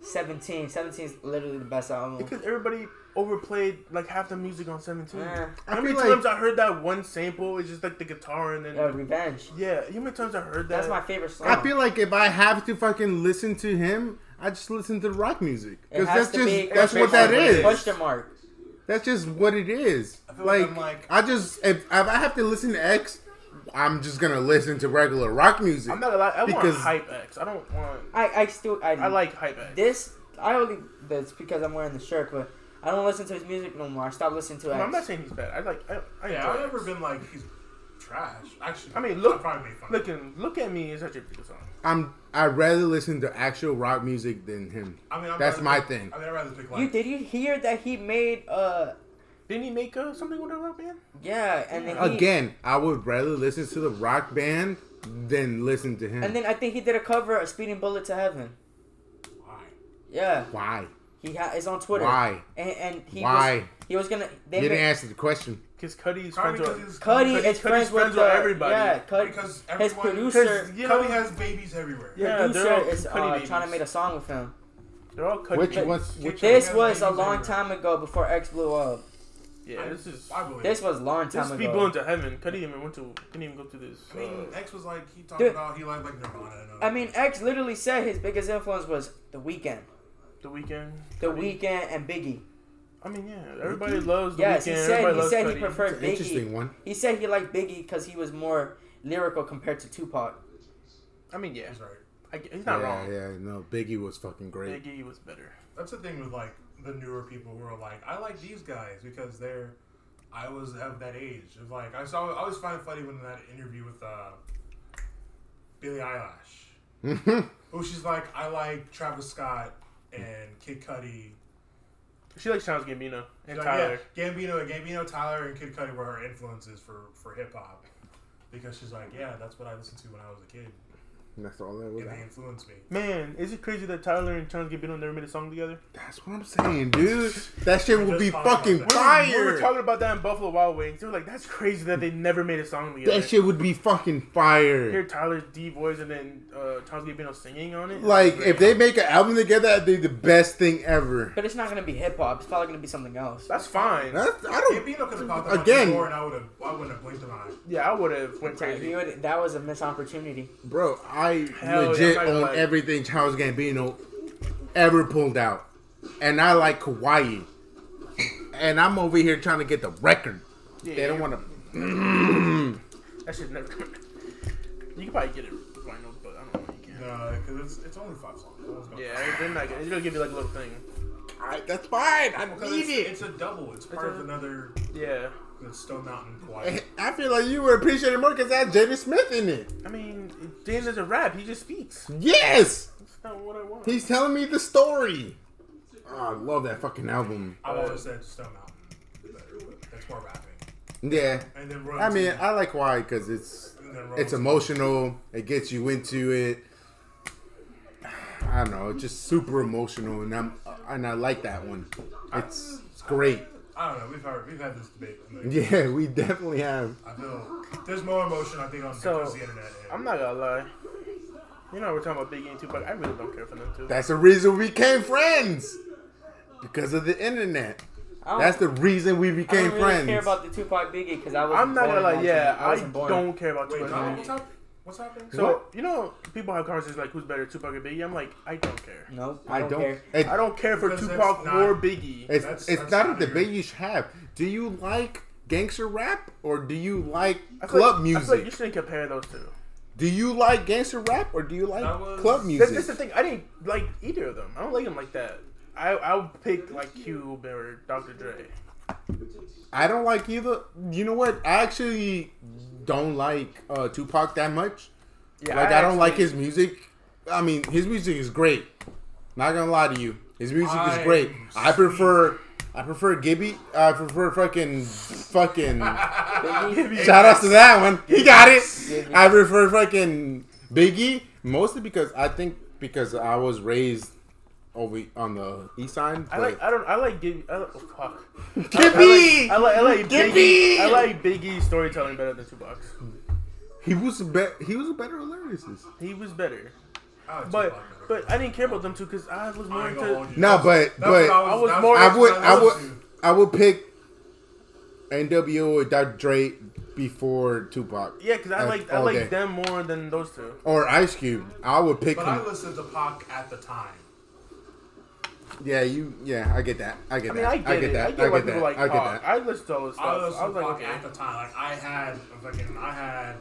S3: 17. 17 is literally the best album.
S4: Because everybody overplayed like half the music on 17.
S3: Yeah.
S5: I
S4: How many
S5: feel like-
S4: times I heard that one sample? It's just like the guitar and then
S3: Yeah, Uh, Revenge.
S4: yeah. How many times I heard that?
S3: That's my favorite song.
S5: I feel like if I have to fucking listen to him, I just listen to rock music
S3: It
S5: because
S3: has
S5: that's
S3: to
S5: just
S3: be-
S5: that's what that
S4: Question
S5: is.
S4: mark.
S3: Question mark.
S5: That's just what it is.
S2: I feel like
S5: Like,
S2: I'm like-
S5: I just if, if I have to listen to X, I'm just gonna listen to regular rock music.
S4: I'm not allowed. I want
S5: Because-
S4: hype X. I don't want.
S3: I, I still I,
S4: I like hype X.
S3: this. I only that's because I'm wearing the shirt, but I don't listen to his music no more. I stopped listening to
S4: No,
S3: X.
S4: I'm not saying he's bad. I like. I, I
S2: Yeah, I've
S4: enjoy
S2: never
S4: X.
S2: been like he's trash. Actually,
S4: I mean, look-
S2: I probably made fun. of
S4: Looking, look at me is such a beautiful song.
S5: I'm I'd rather listen to actual rock music than him.
S2: I mean, I'd
S5: That's
S2: rather
S5: my
S2: pick-
S5: thing.
S2: I mean, I'd rather pick
S3: You
S2: like.
S3: did you hear that he made uh
S4: Didn't he make uh, something with a rock band?
S3: yeah and then he,
S5: Again, I would rather listen to the rock band than listen to him.
S3: and then I think he did a cover of Speeding Bullet to Heaven.
S2: Why?
S3: Yeah,
S5: Why?
S3: he ha- is on Twitter.
S5: Why?
S3: And, and he was
S5: Why?
S3: he was gonna
S5: You
S3: they
S5: didn't
S3: made,
S5: answer the question.
S4: Because Cuddy's
S2: Probably
S4: friends with
S2: because it's
S3: Cuddy
S4: Cudi-
S3: is friends,
S4: Cudi's friends
S3: with,
S4: with
S3: the,
S4: everybody.
S3: Yeah, Cud,
S2: Because
S3: his
S2: everyone-
S3: producer.
S4: you
S2: Cuddy
S4: know-
S2: has babies everywhere.
S4: Yeah. they're
S3: producer
S4: all
S3: is
S4: Cudi
S3: uh,
S4: babies.
S3: trying to make a song with him.
S4: They're all Cudi.
S5: Which
S4: babies.
S5: what's which,
S2: Cuddy
S3: This
S2: has
S3: was a
S2: babies
S3: long
S2: everywhere.
S3: time ago before X blew up.
S4: Yeah, this is.
S2: I believe.
S3: This was a long
S4: This
S3: time
S4: is be blown
S3: ago.
S4: to heaven. Cuddy even went to. Couldn't even go to this.
S2: I mean,
S4: uh,
S2: X was like he talked
S3: Dude.
S2: about he liked like Nirvana. And all
S3: I
S2: that.
S3: mean, X literally said his biggest influence was The Weeknd,
S4: the weekend.
S3: The Weeknd, and Biggie.
S4: I mean, yeah. Everybody loves the
S3: yes,
S4: weekend.
S3: he said
S4: everybody
S3: he
S4: loves
S3: said
S4: Cudi.
S3: he preferred
S5: It's an interesting
S3: Biggie.
S5: one.
S3: He said he liked Biggie because he was more lyrical compared to Tupac.
S4: I mean, yeah.
S2: He's right.
S4: I, he's not
S5: yeah,
S4: wrong.
S5: yeah, no, Biggie was fucking great.
S4: Biggie was better.
S2: That's the thing with like the newer people who are like, I like these guys because they're. I was of that age of like I saw. I always find it funny when that interview with uh, Billie Eilish, who she's like, I like Travis Scott and Kid Cudi.
S4: She likes Charles Gambino and
S2: Like,
S4: Tyler.
S2: yeah, Gambino, and Gambino, Tyler, and Kid Cudi were her influences for for hip hop, because she's like, yeah, that's what I listened to when I was a kid,
S5: [laughs] That's all that was.
S2: and they influenced me.
S4: Man, is it crazy that Tyler and Charles Gambino never made a song together?
S5: That's what I'm saying, dude. That shit will
S2: just
S5: be
S2: talked about
S5: fucking
S2: that.
S5: fire.
S4: We were talking about that in Buffalo Wild Wings. They were like, "That's crazy that they never made a song together."
S5: that shit would be fucking
S4: Hear
S5: fire.
S4: Tyler's D voice and then uh, Charles Gambino singing on it.
S5: Like if they make an album together, that'd be the best thing ever.
S3: But it's not gonna be hip hop. It's probably gonna be something else.
S4: that's fine.
S5: That's, I don't.
S2: Gambino could have popped up
S5: Again.
S2: on the door, and I would have. I wouldn't have blinked an eye.
S4: yeah, I would have went
S3: Like,
S4: crazy.
S3: you would- that was a missed opportunity.
S5: Bro, I
S4: Hell yeah,
S5: legit
S4: I'm not
S5: own
S4: gonna lie.
S5: everything Charles Gambino ever pulled out. And I like Kawaii. And I'm over here trying to get the record.
S4: Yeah,
S5: They don't
S4: yeah.
S5: want to.
S4: That shit never. come You could probably get it vinyl, but I don't know. You can.
S2: No, because Uh, it's, it's only five songs. No one's gonna-
S4: Yeah, they're not. Gonna, they're gonna give you like a little thing.
S5: That's fine. I
S2: Because
S5: need
S2: it's,
S5: it.
S2: it's a double. It's part
S4: a-
S2: of another
S4: Yeah,
S2: the Stone Mountain Choir.
S5: I feel like you would appreciate it more because I had Jaden Smith in it.
S4: I mean, it- Dan doesn't rap. He just speaks.
S5: Yes!
S4: That's not what I want.
S5: He's telling me the story. Oh, I love that fucking album.
S2: I've always said Stone Mountain is better, but that's more rapping.
S5: Yeah.
S2: And then Royal
S5: I mean,
S2: Tenenbaums-
S5: I like Kawaii because it's
S2: and then Royal
S5: it's
S2: Tenenbaums.
S5: emotional. It gets you into it. I don't know. It's just super emotional, and I'm and I like that one. It's, it's great. [laughs]
S2: I don't know. We've heard, we've had this debate. Like,
S5: Yeah, we definitely have.
S2: I feel there's more emotion. I think on
S4: So,
S2: because the internet. and-
S4: I'm not gonna lie. You know, we're talking about Biggie and Tupac. I really don't care for them too.
S5: That's the reason we became friends because of the internet.
S3: I don't,
S5: That's the reason we
S3: I don't
S5: became
S3: really
S5: friends.
S3: care about the Tupac Biggie because I was.
S4: I'm not gonna lie. Yeah, I,
S3: I wasn't born.
S4: don't care about
S2: Wait,
S4: Tupac.
S2: Tom,
S4: and
S2: what's
S4: Biggie.
S2: up? What's happening? Oh,
S4: So
S5: What?
S4: you know, people have conversations like, "Who's better, Tupac or Biggie?" I'm like, I don't care.
S3: Nope,
S5: I don't.
S3: care.
S5: It,
S4: I don't care for
S2: Because
S4: Tupac
S2: that's not-
S4: or Biggie.
S5: it's
S2: That's-
S5: it's
S2: that's
S5: not
S2: not
S5: a
S2: your-
S5: debate you should have. Do you like gangster rap or do you like
S4: I feel
S5: club
S4: like- I feel
S5: music?
S4: like you shouldn't compare those two.
S5: do you like gangster rap or do you like
S2: That was-
S5: club
S4: That,
S5: music?
S4: that's the thing. I didn't like either of them. I don't like them like that. I I'll pick like Cube or Dr. Dre.
S5: I don't like either. You know what? I actually don't like uh, Tupac that much.
S4: Yeah,
S5: like I, don't like
S4: actually-
S5: his music. I mean, his music is great. Not gonna lie to you, his music
S2: I'm
S5: is great. I prefer, I prefer Gibby. I prefer fucking, fucking. [laughs] Shout
S3: Biggie,
S5: outs to that one. He got it. I prefer fucking Biggie mostly because I think because I was raised over on the east side.
S4: I like I don't I like Gibby. I like, oh, fuck.
S5: Gibby.
S4: I like I like Biggie.
S5: Gibby!
S4: I like Biggie's storytelling better than Tupac's.
S5: He was a be- he was a better lyricist.
S4: He was better,
S2: I like
S4: but
S2: Tupac better.
S4: but I didn't care about them two because I was more
S2: I ain't gonna hold
S4: into.
S2: you.
S5: No, but
S2: That's
S5: but
S2: what
S5: I,
S2: I was,
S4: I was
S2: that's
S4: more-
S2: what
S5: would I would
S2: listened to.
S5: I would pick NWO or Dr. Dre before Tupac.
S4: Yeah, because I
S5: That's
S4: like I
S5: all
S4: like
S5: day.
S4: them more than those two.
S5: Or Ice Cube. I would pick
S2: But
S5: him.
S2: I listened to Pac at the time.
S5: yeah, you. Yeah, I get that. I get
S4: I mean,
S5: that.
S4: I get, it.
S5: that.
S4: I get why people
S5: that.
S4: like
S5: I get
S4: Pac.
S5: that.
S4: I listened to all this stuff.
S2: I
S4: I was,
S2: listened to
S4: like,
S2: Pac
S4: okay.
S2: at the time. Like I had a fucking, I had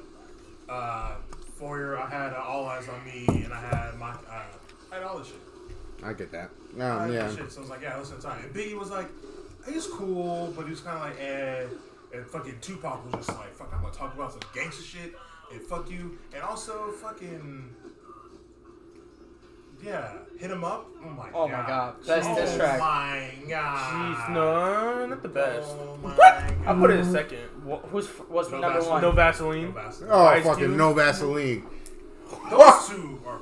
S2: uh, Foyer, I had uh, All Eyes on Me, and I had my, uh, I had all this shit.
S5: I get that.
S2: I
S5: Um,
S2: had
S5: yeah.
S2: this shit. So I was like, yeah, listen to time. And Biggie was like, he's cool, but he was kind of like, eh. And fucking Tupac was just like, fuck, I'm gonna talk about some gangster shit, and fuck you, and also fucking Yeah, hit him up. Oh my.
S3: Oh
S2: god.
S3: my God. Best diss track.
S2: Oh my god.
S4: Jeez, no, not the best.
S2: Oh my
S4: I
S2: god.
S4: put it in second.
S3: Wh- who's f- was
S2: No
S3: number
S2: Vaseline.
S3: one?
S4: No Vaseline.
S5: Oh,
S4: Ice
S5: fucking
S4: Cube.
S5: no Vaseline.
S2: Those two are.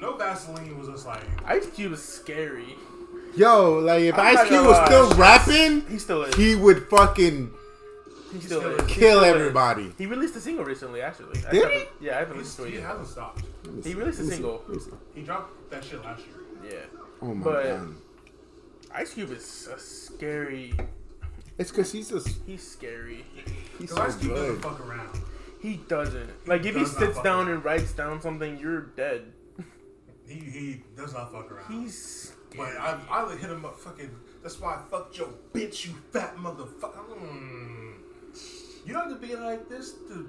S2: No Vaseline was just like.
S4: Ice Cube is scary.
S5: Yo, like if
S4: I'm
S5: Ice
S4: not
S5: Cube
S4: gonna
S5: was
S4: lie.
S5: still rapping,
S4: He still is. He,
S5: he would fucking
S4: still
S2: still
S4: is.
S2: is.
S4: He
S5: kill
S4: still is.
S5: everybody.
S4: He released a single recently, actually. I
S5: Did
S4: haven't- Yeah, I haven't
S2: He's,
S4: listened to
S2: he
S4: it yet.
S2: hasn't stopped.
S4: He released a single.
S2: He dropped that shit last year.
S4: Yeah.
S5: Oh my
S4: But-
S5: god.
S4: Ice Cube is a scary.
S5: It's because he's just
S4: He's scary.
S5: he's
S2: The
S5: so
S2: Ice Cube doesn't
S5: good.
S2: fuck around.
S4: He doesn't. Like, if he
S2: does not
S4: sits
S2: fuck
S4: down
S2: around.
S4: and writes down something, you're dead.
S2: He he does not fuck around.
S4: He's.
S2: But I, I would hit him up fucking. That's why I fucked your bitch, you fat motherfucker. Mm. You don't have to be like this to.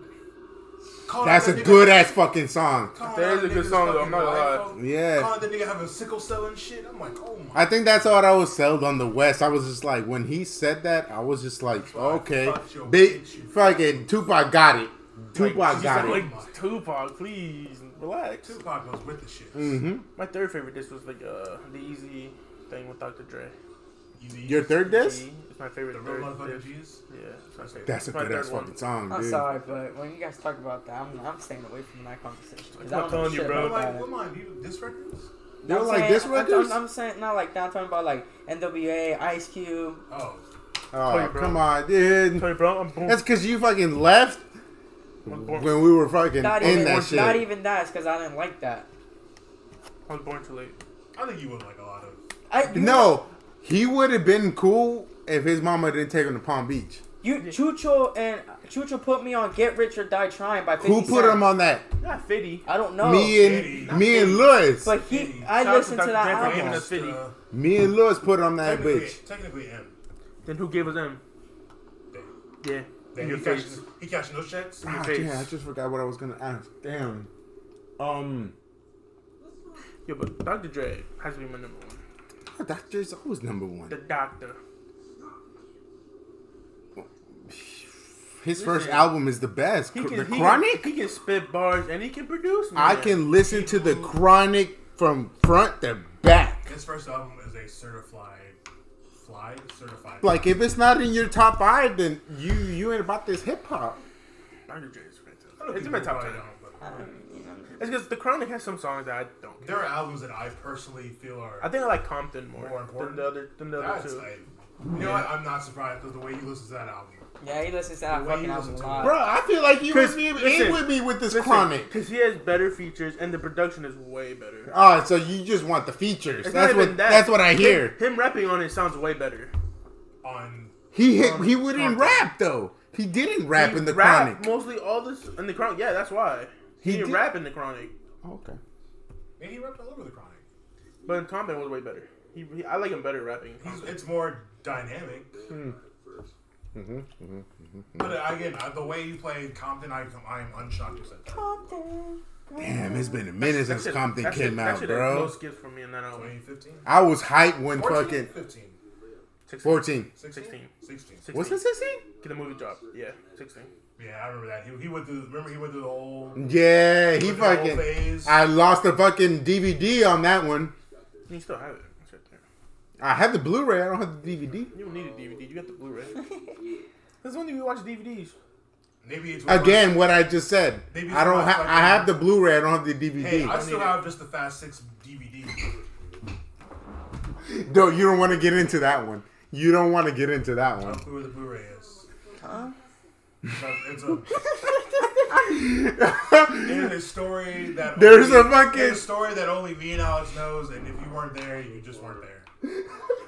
S2: Call
S5: That's a
S2: out that nigga-
S5: good ass fucking song.
S2: call
S4: That
S2: out
S4: is a
S2: that
S4: good
S2: nigga's
S4: song, though,
S2: fucking
S4: I'm not gonna
S2: wife,
S4: lie.
S2: oh,
S5: Yeah.
S2: Calling that nigga having sickle cell and shit. I'm like, oh my.
S5: I think that's all that was sold on the West. I was just like, when he said that, I was just like,
S2: why I
S5: okay,
S2: fucked your
S5: big
S2: bitch, you
S5: fucking Tupac got it. Tupac
S4: like, he's
S5: got it.
S4: like, like, Tupac, please, relax.
S2: Tupac goes with the shit.
S5: hmm
S4: My third favorite disc was, like, uh, the Easy thing with Dr. Dre.
S2: You need
S5: Your third disc?
S4: Easy. It's my favorite
S2: The real
S4: third
S2: motherfucking
S4: disc.
S2: G's.
S4: Yeah, it's my favorite.
S5: That's a
S4: It's my
S5: good ass
S4: third one.
S5: fucking song,
S3: I'm
S5: dude.
S3: sorry, but when you guys talk about that, I'm, I'm staying away from that conversation. 'cause
S4: I'm
S3: I don't know
S4: telling you,
S3: shit
S4: bro.
S2: What
S3: about
S2: line?
S3: it.
S2: What line? Do you this records?
S5: You don't
S3: I'm
S5: like
S3: saying-
S5: diss
S3: I'm- I'm-
S5: records?
S3: I'm, saying not like that. I'm talking about like NWA, Ice Cube.
S2: Oh,
S5: Oh,
S4: Sorry, bro.
S5: come on, dude.
S4: Sorry, bro. I'm born.
S5: That's because you fucking left
S4: I'm born.
S5: when we were fucking
S3: Not
S5: in
S3: even
S5: that
S3: not
S5: shit.
S3: even that. It's because I didn't like that.
S4: I was born too late.
S2: I think you would like a lot of.
S3: I, you-
S5: No, he would have been cool if his mama didn't take him to Palm Beach.
S3: you Chucho and Chucho put me on Get Rich or Die Trying by 50
S5: Who put
S3: Cent.
S5: him on that?
S4: Not 50.
S3: I don't know.
S5: me and
S2: Diddy.
S5: me and Lewis.
S3: but he, I
S4: Shout out to
S3: listened to
S4: Dr. Dre for
S3: that
S4: giving
S3: album.
S4: us- Fitty.
S2: uh,
S5: me and Lewis put on that
S2: technically,
S5: bitch.
S2: technically M.
S4: Then who gave us them?
S2: Damn.
S4: Yeah.
S2: Damn,
S4: in your
S2: he, cashed,
S4: face.
S2: he cashed no checks.
S5: Ah,
S4: face.
S5: damn, I just forgot what I was gonna ask. Damn. Um,
S4: Yeah, but Dr. Dre has to be my number one.
S5: Dr. Dre's always number
S4: The
S5: one.
S4: doctor.
S5: His first
S4: Listen.
S5: album is the best.
S4: He can,
S5: the
S4: he
S5: Chronic.
S4: Can, he can spit bars and he can produce.
S5: I
S4: man.
S5: can listen to the Chronic from front to back.
S2: His first album is a certified fly, certified.
S5: Like if it's not in your top five, then you you ain't about this hip hop.
S4: Dr. Dre is fantastic.
S2: Other
S4: It's in my
S2: people
S4: top ten.
S2: probably don't, but
S3: I don't- you know.
S4: It's because the Chronic has some songs that I don't. Care.
S2: There are albums that I personally feel are.
S4: I think I like Compton more,
S2: More important.
S4: than the other than the other
S2: that's
S4: two.
S2: like, you know what? I'm not surprised because the way you listen to that album.
S3: Yeah, he listens to that
S2: The way
S3: fucking
S2: you
S3: album a
S2: listen to
S3: lot.
S5: Bro, I feel like you was
S4: Chris,
S5: in
S4: listen.
S5: with me with this Chronic.
S4: because he has better features and the production is way better.
S5: All right, Ah, so you just want the features.
S4: It's
S5: that's
S4: not even
S5: what
S4: that.
S5: that's what I hear.
S4: Him rapping on it sounds way better.
S2: On
S5: He hit, he wouldn't
S4: Compton.
S5: rap though. He didn't rap
S4: Um, He
S5: in the
S4: rap
S5: Chronic.
S4: Mostly all this in the Chronic. Yeah, that's why
S5: He
S4: he, didn't
S5: did-
S4: rap in the Chronic,
S5: Okay.
S2: maybe he rapped all over the Chronic.
S4: but in Compton was way better. He, he- I like him better rapping. in
S2: He's,
S4: Compton.
S2: it's more dynamic. But uh, again, uh, the way you played Compton, I, I'm unshocked you said that.
S5: Damn, it's been a minute
S4: That
S5: since
S4: shit-
S5: Compton
S4: that shit-
S5: came
S4: that
S5: out,
S4: shit is No
S5: bro.
S4: skips for me in that album.
S2: 2015?
S5: I was hyped when
S2: 14?
S5: fucking
S2: 15?
S5: 14.
S2: 16?
S4: 16.
S2: 16.
S4: 16.
S5: Was it 16?
S4: Get the movie drop. Yeah, 16.
S2: Yeah, I remember that. He, he went through, remember he went through the whole,
S5: Yeah,
S2: went
S5: he
S2: through the whole
S5: fucking.
S2: phase.
S5: I lost the fucking DVD on that one.
S4: You still have it. It's right there.
S5: I have the Blu-ray. I don't have the DVD.
S4: You don't need a DVD. You got the Blu-ray. That's when you watch DVDs.
S2: maybe it's
S5: Again, what I just said.
S2: Maybe
S5: I don't.
S2: it's my
S5: Ha- I
S2: fucking-
S5: have the Blu-ray. I don't have the
S2: Hey, I
S5: DVD.
S2: still have just the Fast Six DVD.
S5: No, you don't want to get into that one. You don't want to get into that
S2: I don't
S5: one.
S2: clue where the Blu-ray is. Huh?
S5: [laughs]
S2: It's a, it's a story that
S5: There's
S2: only-
S5: a fucking-
S2: it's a story that only me and Alex knows, and if you weren't there, you just weren't there.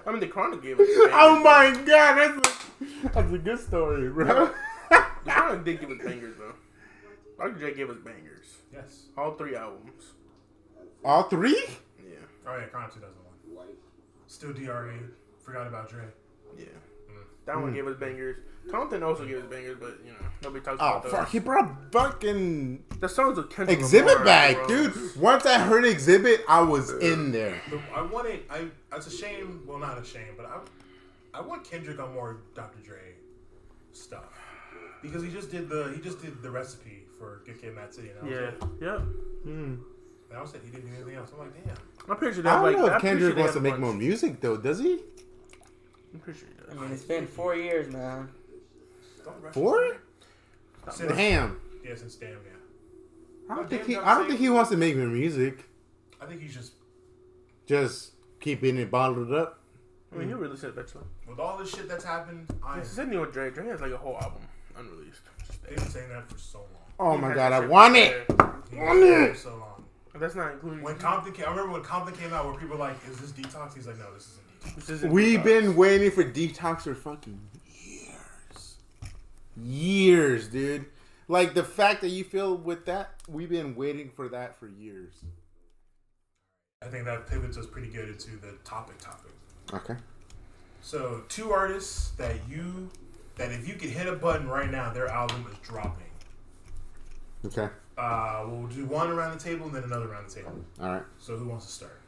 S4: I mean, the Chronic gave
S5: [laughs]
S4: us.
S5: oh my god, that's [laughs] a, that's a good story, bro.
S4: The Chronic did give us bangers, though. Dr. Dre gave us bangers.
S2: Yes.
S4: All three albums.
S5: All three?
S4: Yeah.
S2: Oh yeah, Chronic 2001. Still DRE. Forgot about Dre.
S4: Yeah. That
S5: Mm.
S4: one gave us bangers. Compton also gave us bangers, but you know nobody talks
S5: Oh
S2: Uh,
S4: about those.
S5: fuck! He brought fucking
S4: The songs of Kendrick
S5: Exhibit
S4: Lamar,
S5: back,
S4: bro.
S5: dude. Once I heard Exhibit, I was in there.
S2: But I wanted. I. That's a shame. Well, not a shame, but I. I want Kendrick on more Dr. Dre stuff because he just did the he just did the recipe for Good Kid, Mad City. And that was
S4: Yeah.
S2: it.
S4: Yep.
S2: And I was it. He didn't do anything else. I'm like, damn.
S4: I'm pretty sure they
S5: I
S4: have
S5: don't
S4: like.
S5: know
S4: I'm
S5: if
S4: pretty sure
S5: Kendrick
S4: they
S5: wants to
S4: have a
S5: make more
S4: bunch.
S5: music though, does he?
S4: I'm pretty sure he
S3: I
S4: does.
S3: mean, it's been four years, man.
S2: Don't rush
S5: Four?
S2: it. Since-
S5: Damn.
S2: Yeah, since damn, yeah.
S5: I don't
S1: No,
S5: think
S1: Damn
S5: he.
S1: don't
S5: I don't
S1: say-
S5: think he wants to make more music.
S2: I think he's just
S5: Just keeping it bottled up.
S4: I mean, he released it eventually.
S2: with all this shit that's happened. I
S4: It's the same thing with Dre. Dre has like a whole album unreleased.
S2: they've been saying that for so long.
S5: Oh
S4: He
S5: my
S4: has
S5: god,
S4: that
S5: I
S4: shit
S5: want
S4: there.
S5: it.
S2: He's
S5: Want
S2: been saying
S5: it!
S2: for so long.
S4: That's not including.
S2: When Compton came, I remember when Compton came out, where people were like, "Is this detox?" He's like, "No, this isn't detox."
S4: This isn't
S5: We've
S4: Tupac.
S5: been waiting for detox for fucking years. Years, dude. Like the fact that you feel with that, we've been waiting for that for years.
S2: I think that pivots us pretty good into the topic topic.
S5: Okay.
S2: So, two artists that you that if you could hit a button right now, their album is dropping.
S5: Okay.
S2: Uh, we'll do one around the table and then another around the table.
S5: All right.
S2: So, who wants to start?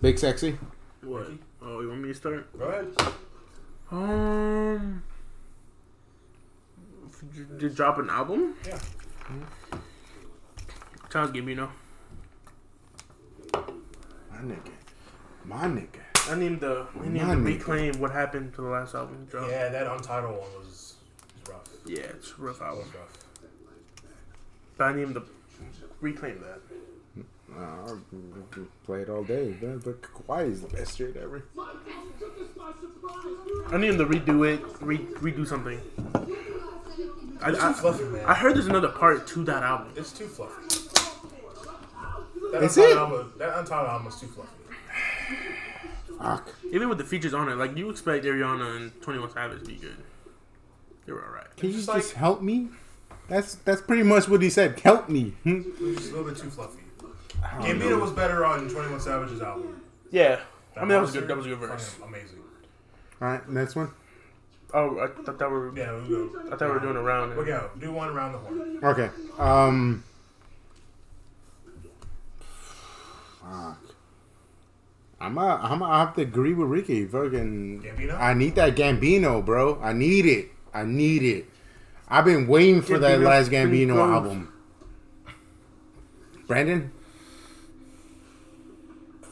S5: Big sexy.
S4: What? Oh, you want me to start?
S2: Go ahead.
S4: Um. Did you- did you drop an album? Hmm.
S2: Yeah.
S4: Charles Gambino.
S5: My nigga. My nigga.
S4: I named the I named the
S5: Man.
S4: reclaim what happened to the last album he dropped.
S2: Yeah, that untitled one was, was rough.
S4: Yeah, it's a rough
S2: That
S4: album.
S2: was rough.
S4: But I named the reclaim that.
S5: Uh, I'll play it all day. man, But Kawhi is the best straight ever.
S4: I named the redo it, re- redo something. I,
S2: It's too fluffy, man.
S4: I, I heard there's another part to that album.
S2: It's too fluffy. That
S5: Is
S2: untitled
S5: it?
S2: album, that untitled album is too fluffy.
S5: Fuck.
S4: Even with the features on it, like you expect Ariana and Twenty One Savage to be good. They were alright.
S5: Can you
S2: Just
S5: just
S2: like-
S5: help me? That's that's pretty much what he said. Help me. Hmm.
S2: It's just a little bit too fluffy. Gambino was better on Twenty One Savage's album.
S4: Yeah, I mean that was
S2: Monster,
S4: good. That was a good verse.
S2: fucking Amazing.
S5: All right, next one.
S4: Oh, I thought that were
S2: Yeah, we'll go.
S4: I thought we were doing a round.
S2: We'll go. Do one around the horn.
S5: Okay. Um. Fuck. I'm a, I'm a, I have to agree with Ricky. Fucking.
S2: Gambino?
S5: I need that Gambino, bro. I need it. I need it. I've been waiting for that
S4: Gambino's
S5: last
S4: been
S5: Gambino
S4: gone.
S5: album. Brandon,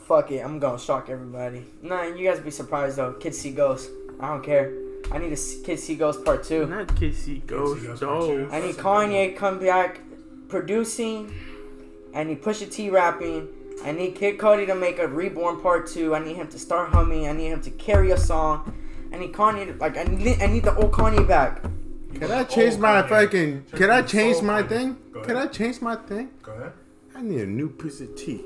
S3: Fuck it, I'm gonna shock everybody. Nah, you guys be surprised though. Kids see ghosts. I don't care. I need a s- Kids see ghosts part two.
S4: Not KC Ghost
S2: Ghost
S4: Dog.
S2: Part
S3: I need
S2: That's a good one.
S3: Kanye come back producing. I need Pusha T rapping. I need Kid Cudi to make a Reborn part two. I need him to start humming. I need him to carry a song. I need Kanye to, like I need I need the old Kanye back.
S5: can I change my fucking? Can I change my thing?
S2: Go ahead.
S5: Can I change my thing?
S2: Go ahead.
S5: I need a new pussy tea.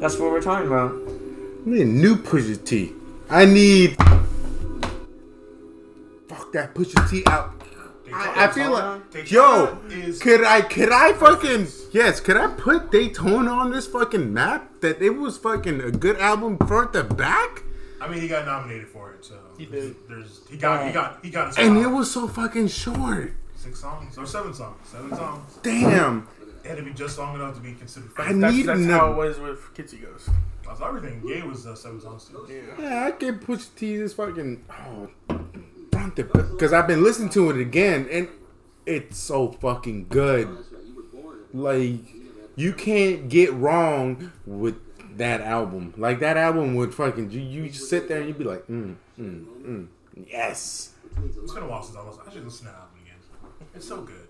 S3: That's what we're talking about.
S5: I need a new Pusha T. I need. Fuck that Pusha T out. I, I feel like yo,
S2: Daytona is-
S5: could I could I fucking yes? Could I put Daytona on this fucking map? That it was fucking a good album front to back,
S2: I mean, he got nominated for it, so he
S4: did.
S2: There's he got he got he got a
S5: and
S2: song.
S5: it was so fucking short.
S2: six songs or seven songs, seven songs.
S5: Damn,
S2: It had to be just long enough to be considered.
S5: I
S2: Famous.
S4: That's,
S5: need
S4: that's how it
S5: another.
S4: was with Kitsy Ghost.
S2: That's everything. Ye was uh, seven songs too.
S5: Yeah, I can push T this fucking oh front to back because I've been listening to it again and it's so fucking good. Like you can't get wrong with that album. Like that album would fucking you, you just sit there and you'd be like, mm, mm, mm. Yes.
S2: It's been a while since I listened. I should listen to that album again. It's so good.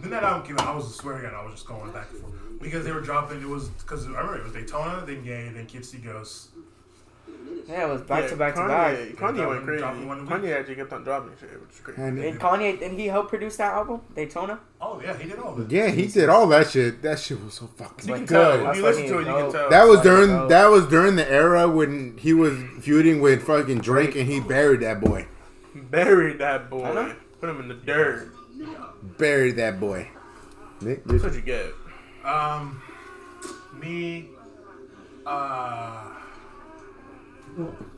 S2: Then that album came out. I was swearing at. it, I was just going back and forth because they were dropping. It was because I remember it was Daytona, then Ye, then Kids See Ghosts.
S3: Yeah, it was back
S4: Yeah,
S3: to back to back.
S4: Kanye, Kanye
S2: Dropping-
S4: went crazy.
S2: dropping one a week.
S4: Kanye actually kept on dropping shit, which is crazy.
S5: And
S3: And Kanye and he helped produce that album, Daytona.
S2: Oh yeah, he did all of it.
S5: yeah, he did all that shit. That shit was so
S4: You
S5: fucking
S4: can
S3: Like,
S4: tell.
S5: good.
S4: If you
S3: that's
S4: listen to
S3: why
S4: it,
S3: he
S4: you can
S3: ain't
S4: tell.
S5: That was
S3: Like,
S5: during
S3: oh.
S5: that was during the era when he was feuding with fucking Drake and he buried that boy.
S4: Buried that
S3: I
S4: boy.
S3: know.
S4: Put him in the dirt.
S5: Buried that boy. Nick,
S4: That's what you get.
S2: Um, me, uh,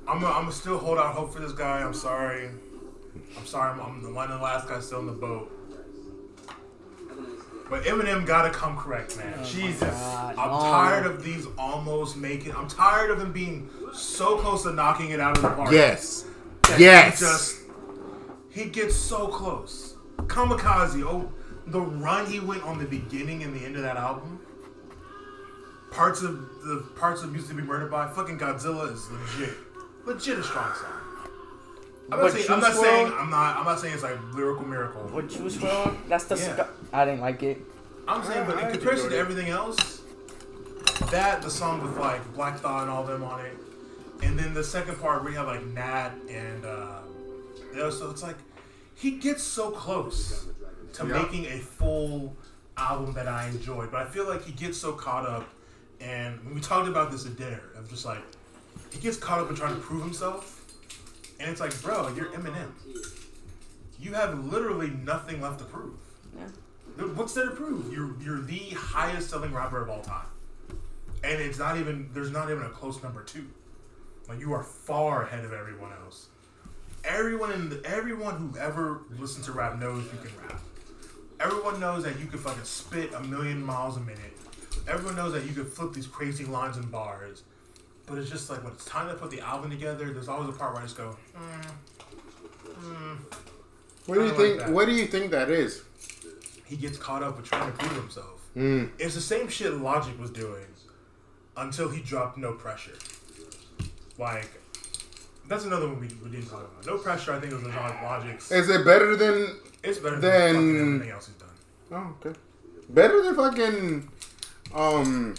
S2: I'm gonna still hold out hope for this guy. I'm sorry. I'm sorry. I'm, I'm the one and the last guy still in the boat. But Eminem gotta come correct, man. Jesus, I'm tired of these almost making. I'm tired of him being so close to knocking it out of the park.
S5: Yes.
S2: that
S5: Yes.
S2: He just he gets so close. Kamikaze, oh, the run he went on the beginning and the end of that album. Parts of the parts of music to be murdered by fucking Godzilla is legit, legit a strong song. I'm not,
S3: But
S2: saying,
S3: Juice
S2: I'm not saying
S3: WRLD?
S2: I'm not I'm not saying it's like lyrical miracle.
S3: With Juice WRLD, that's the.
S2: Yeah.
S3: sc- I didn't like it.
S2: I'm saying, but
S4: I
S2: in
S4: could
S2: comparison
S4: do
S2: to
S4: it.
S2: everything else, that the song with like Black Thought and all them on it, and then the second part where you have like Nat and uh, you know, so it's like he gets so close to
S5: Yeah.
S2: making a full album that I enjoyed, but I feel like he gets so caught up, and when we talked about this at dinner, of just like he gets caught up in trying to prove himself, and it's like, bro, you're Eminem. You have literally nothing left to prove.
S3: Yeah.
S2: What's there to prove? You're you're the highest selling rapper of all time, and it's not even there's not even a close number two. Like you are far ahead of everyone else. Everyone in the, everyone who ever listened to rap knows you can rap. Everyone knows that you can fucking spit a million miles a minute. Everyone knows that you can flip these crazy lines and bars. But it's just like when it's time to put the album together, there's always a part where I just go, mm,
S5: What do
S2: Kinda
S5: you
S2: like
S5: think?
S2: that.
S5: What do you think that is?
S2: he gets caught up with trying to prove himself.
S5: Mm.
S2: It's the same shit Logic was doing until he dropped No Pressure. Like, that's another one we, we didn't talk about. No Pressure, I think, was like Logic's.
S5: Is it better than?
S2: It's better than
S5: Then-
S2: fucking everything else he's done.
S5: Oh, okay. Better than fucking. Um.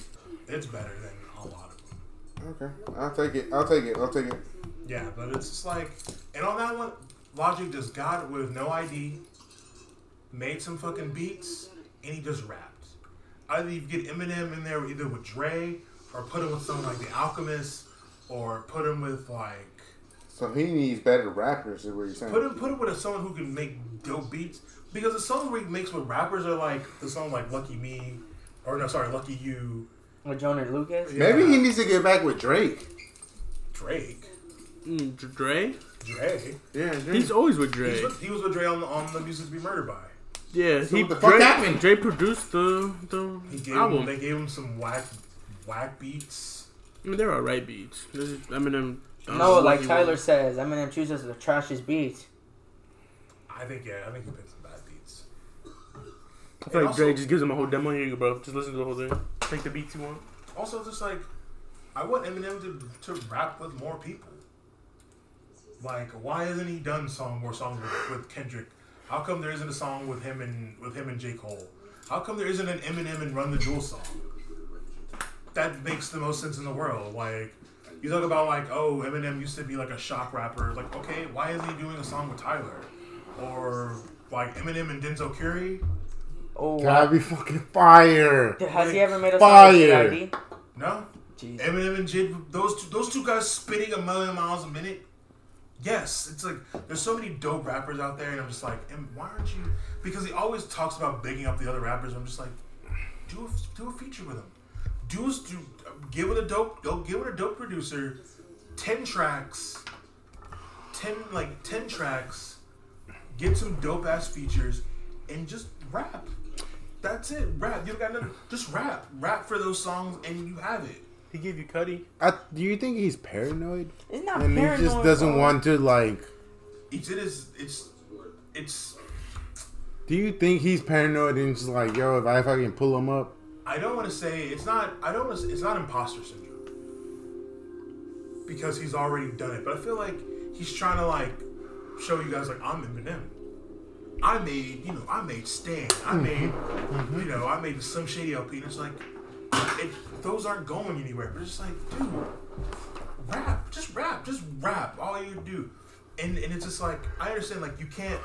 S2: It's better than a lot of them.
S5: Okay, I'll take it. I'll take it. I'll take it.
S2: Yeah, but it's just like, and on that one, Logic just got it with no ID, made some fucking beats, and he just rapped. Either you get Eminem in there either with Dre, or put him with someone like The Alchemist, or put him with like,
S5: So he needs better rappers. Is what you're saying?
S2: put him put him with someone who can make dope beats. Because the song where he makes with rappers are like the song like Lucky Me, or no, sorry, Lucky You,
S3: With Jonah Lucas.
S2: Yeah.
S5: Maybe he needs to get back with Drake.
S2: Drake,
S4: Mm, Dre?
S2: Dre.
S5: Yeah, Drake.
S4: He's always with
S2: He
S4: Dre.
S2: was with, he was with Dre on, on the Music to Be Murdered By.
S4: Yeah,
S5: So
S4: he
S5: what the fuck
S4: Dre,
S5: happened?
S4: Dre produced the the
S2: He gave him,
S4: album.
S2: they gave him some whack whack beats.
S4: I mean, they're alright beats. This is Eminem. uh, I don't know
S3: No,
S4: what
S3: like
S4: he
S3: Tyler
S4: wants.
S3: says, Eminem chooses the trashiest beats.
S2: I think yeah, I think he picked some bad beats.
S4: I feel like
S2: And
S4: Dre
S2: also-
S4: just gives him a whole demo. Here you go, bro. Just listen to the whole thing. Take the beats you want.
S2: Also, just like I want Eminem to, to rap with more people. Like, why isn't he done song more songs with, with Kendrick? How come there isn't a song with him and with him and J Cole? How come there isn't an Eminem and Run the Jewel song? That makes the most sense in the world. Like, you talk about like, oh, Eminem used to be like a shock rapper. Like, okay, why isn't he doing a song with Tyler? Or like Eminem and Denzel Curry?
S3: Oh,
S5: Gotta be fucking fire.
S3: has he ever made a
S5: Fire.
S3: song with G.I.D.?
S2: No,
S3: Jeez.
S2: Eminem and Jid, those two, those two guys spitting a million miles a minute. Yes, it's like there's so many dope rappers out there, and I'm just like, and why aren't you? Because he always talks about bigging up the other rappers. I'm just like, do a, do a feature with him. Do, a- do give it a dope, go give it a dope producer. Ten tracks, ten like ten tracks. Get some dope ass features, and just rap. That's it. Rap. You don't got nothing. Just rap. Rap for those songs, and you have it.
S4: He gave you Cuddy.
S5: I, do you think he's paranoid?
S3: It's not
S5: And he
S3: paranoid.
S5: just doesn't
S3: bro.
S5: want to like.
S2: it's it is it's it's
S5: Do you think he's paranoid and just like, yo, if I fucking pull him up?
S2: I don't want to say it's not I don't wanna, say- it's not imposter syndrome because he's already done it but I feel like he's trying to like show you guys like I'm Eminem I made you know I made Stan I made you know I made the Slim Shady LP and it's like it, those aren't going anywhere but it's just like dude rap just rap just rap all you do and and it's just like I understand like you can't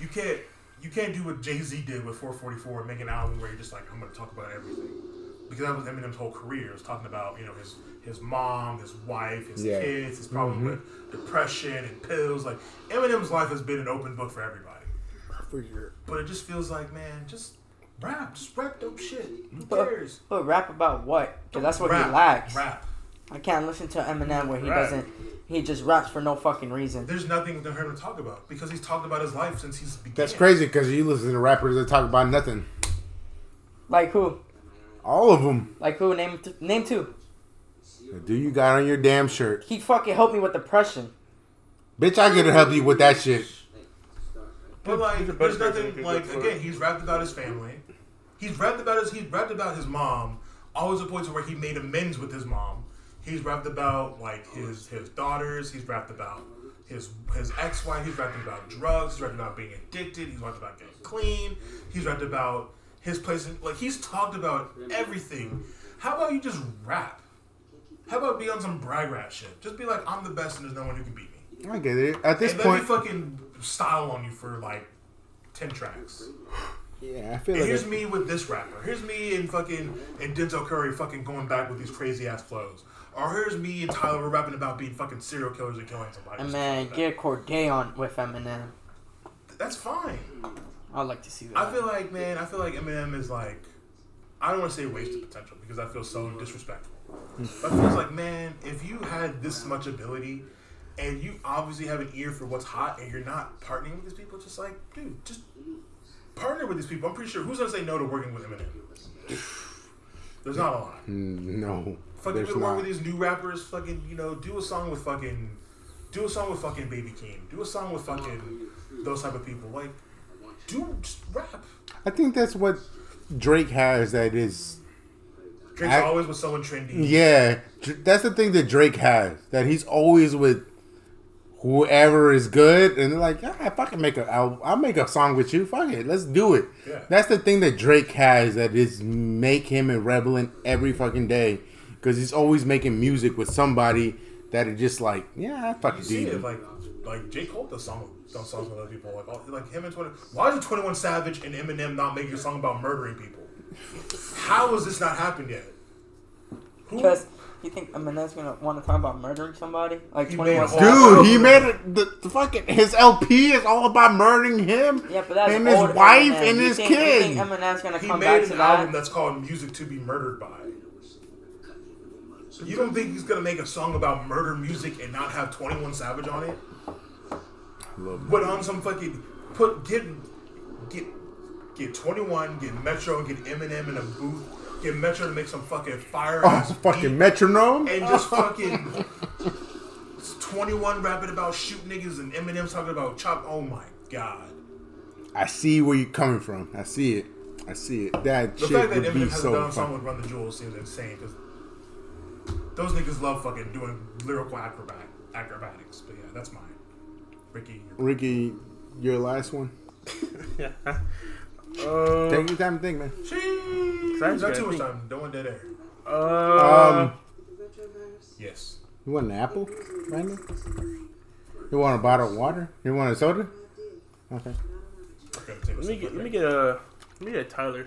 S2: you can't you can't do what Jay Z did with 444 and make an album where you're just like I'm gonna talk about everything because that was Eminem's whole career was talking about you know his his mom, his wife, his
S5: Yeah.
S2: kids, his problem with depression and pills. Like Eminem's life has been an open book for everybody, but it just feels like man, just rap, just rap dope shit. Who
S3: But,
S2: cares?
S3: but rap about what? Because that's what
S2: rap,
S3: he lacks.
S2: Rap.
S3: I can't listen to Eminem where he
S2: Rap.
S3: doesn't. He just raps for no fucking reason.
S2: There's nothing for him to talk about because he's talked about his life since he's began.
S5: That's crazy because you listen to rappers that talk about nothing.
S3: Like who?
S5: All of them.
S3: Like who? Name th- name two.
S5: Do you got on your damn shirt?
S3: He fucking helped me with depression.
S5: Bitch, I could help you with that shit.
S2: But
S4: He's a
S2: like,
S4: better
S2: there's
S4: person who
S2: nothing
S4: can
S2: like
S4: look for
S2: again.
S4: it.
S2: He's rapped about his family. He's rapped about his. He's rapped about his mom always the points where he made amends with his mom. He's rapped about like his his daughters. He's rapped about his his ex wife. He's rapped about drugs. He's rapped about being addicted. He's rapped about getting clean. He's rapped about his place. In, like he's talked about everything. How about you just rap? How about be on some brag rat shit? Just be like, I'm the best and there's no one who can beat me.
S5: I get it. At this
S2: And let me
S5: point,
S2: fucking style on you for like ten tracks.
S5: yeah, I feel
S2: And
S5: like
S2: here's
S5: it's-
S2: me with this rapper. Here's me and fucking and Denzel Curry fucking going back with these crazy ass flows. Or here's me and Tyler rapping about being fucking serial killers and killing somebody.
S3: And then get Corday on with Eminem.
S2: That's fine.
S3: I'd like to see that.
S2: I feel like man, I feel like Eminem is like I don't want to say wasted potential because I feel so disrespectful. But I feel like man, if you had this much ability and you obviously have an ear for what's hot and you're not partnering with these people, just like dude, just partner with these people. I'm pretty sure who's gonna say no to working with Eminem. There's not a lot.
S5: Mm, no.
S2: Fucking
S5: there's
S2: good work
S5: not.
S2: with these new rappers. Fucking, you know, do a song with fucking, do a song with fucking Baby Keem. Do a song with fucking those type of people. Like, do just rap.
S5: I think that's what Drake has. That is,
S2: Drake's
S5: I-
S2: always with someone trendy.
S5: yeah, Dr- that's the thing that Drake has. That he's always with whoever is good, and they're like, yeah, if I can make a, I'll, I'll make a song with you. Fuck it, let's do it.
S2: Yeah.
S5: That's the thing that Drake has. That is make him a rebelin every fucking day, because he's always making music with somebody that is just like, yeah, I
S2: You
S5: fucking do.
S2: see
S5: you.
S2: it like, like J Cole does song does songs with other people. Like, all, like him and Twenty. Why is Twenty One Savage and Eminem not making a song about murdering people? How has this not happened yet? Who?
S3: Because you think Eminem's gonna want to talk about murdering somebody? Like
S2: He
S3: twenty
S2: made
S3: one.
S2: a whole- [laughs]
S5: Dude, he made it. The, the fucking his LP is all about murdering him
S3: Yeah, but that's
S5: and his
S3: old
S5: wife
S3: Eminem.
S5: and
S3: you
S5: his
S3: think, You
S5: kid.
S3: think Eminem's gonna
S2: He
S3: come
S2: made
S3: back to
S2: an
S3: that?
S2: album that's called "Music to Be Murdered By." You don't think he's gonna make a song about murder music and not have Twenty One Savage on it? Put on some fucking put get get get Twenty One, get Metro, get Eminem in a booth, get Metro to make some fucking fire ass
S5: Oh, fucking metronome.
S2: and just fucking Twenty One rapping about shoot niggas and Eminem talking about chop. Oh my god.
S5: I see where you're coming from. I see it. I see it. That
S2: The
S5: shit
S2: fact that
S5: would
S2: Eminem
S5: be
S2: hasn't done
S5: so
S2: a song with
S5: fun.
S2: Run the Jewels seems insane because those niggas love fucking doing lyrical acrobat acrobatics. But yeah, that's mine. Ricky, you're-
S5: Ricky, your last one.
S4: Uh,
S5: Take your time to think, man.
S2: Jeez,
S4: Sounds
S2: not
S4: good.
S2: too much time. Don't want dead air.
S4: uh,
S5: Um,
S2: Yes.
S5: you want an apple, Brandon? You want a bottle of water? You want a soda? Okay.
S2: We're gonna take a
S4: let me
S2: second
S4: get let me
S2: break.
S4: get a let me get a Tyler.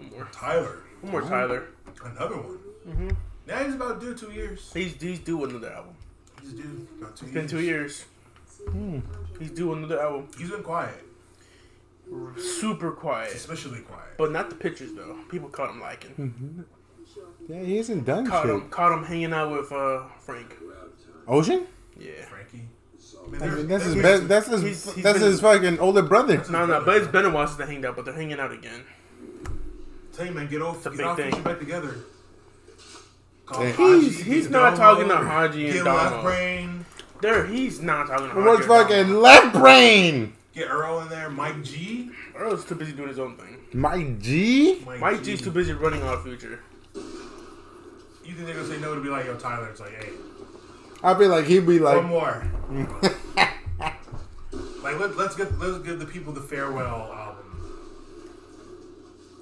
S4: One more,
S2: Tyler,
S4: one more Tyler.
S2: another one. Mm-hmm. Now he's about due two years.
S4: He's he's due another album.
S2: He's due about 2
S4: It's
S2: years.
S4: been two years. Hmm. He's due another album.
S2: He's been quiet,
S4: Super quiet,
S2: especially quiet.
S4: but not the pictures though. People caught him liking.
S5: Yeah, he isn't done
S4: Caught
S5: shit.
S4: him, caught him hanging out with uh, Frank.
S5: Ocean?
S4: Yeah.
S2: Frankie.
S5: I
S2: Man,
S5: mean,
S2: there's-
S5: that's his
S2: there's-
S5: best. That's his.
S4: he's- he's
S5: that's
S4: been-
S5: his fucking older brother.
S4: No, no, but it's been a while since they hanged out, but they're hanging out again.
S2: Tell you, man, get off,
S4: a
S2: get
S4: big
S2: off, get
S4: thing.
S2: you back together. Call
S5: He's-
S2: Haji,
S4: he's
S2: get
S4: not talking to
S2: Domo,
S4: Haji and
S2: get
S4: Domo.
S2: left brain,
S4: There, he's not talking about.
S5: What's fucking left brain?
S2: get Earl in there, Mike G,
S4: Earl's too busy doing his own thing.
S5: My G.
S4: Mike G's too busy running on future.
S2: You think they're gonna say no to be like, yo, Tyler? It's like, hey,
S5: I feel like he'd be like,
S2: one more. like let, let's get let's give the people the farewell album.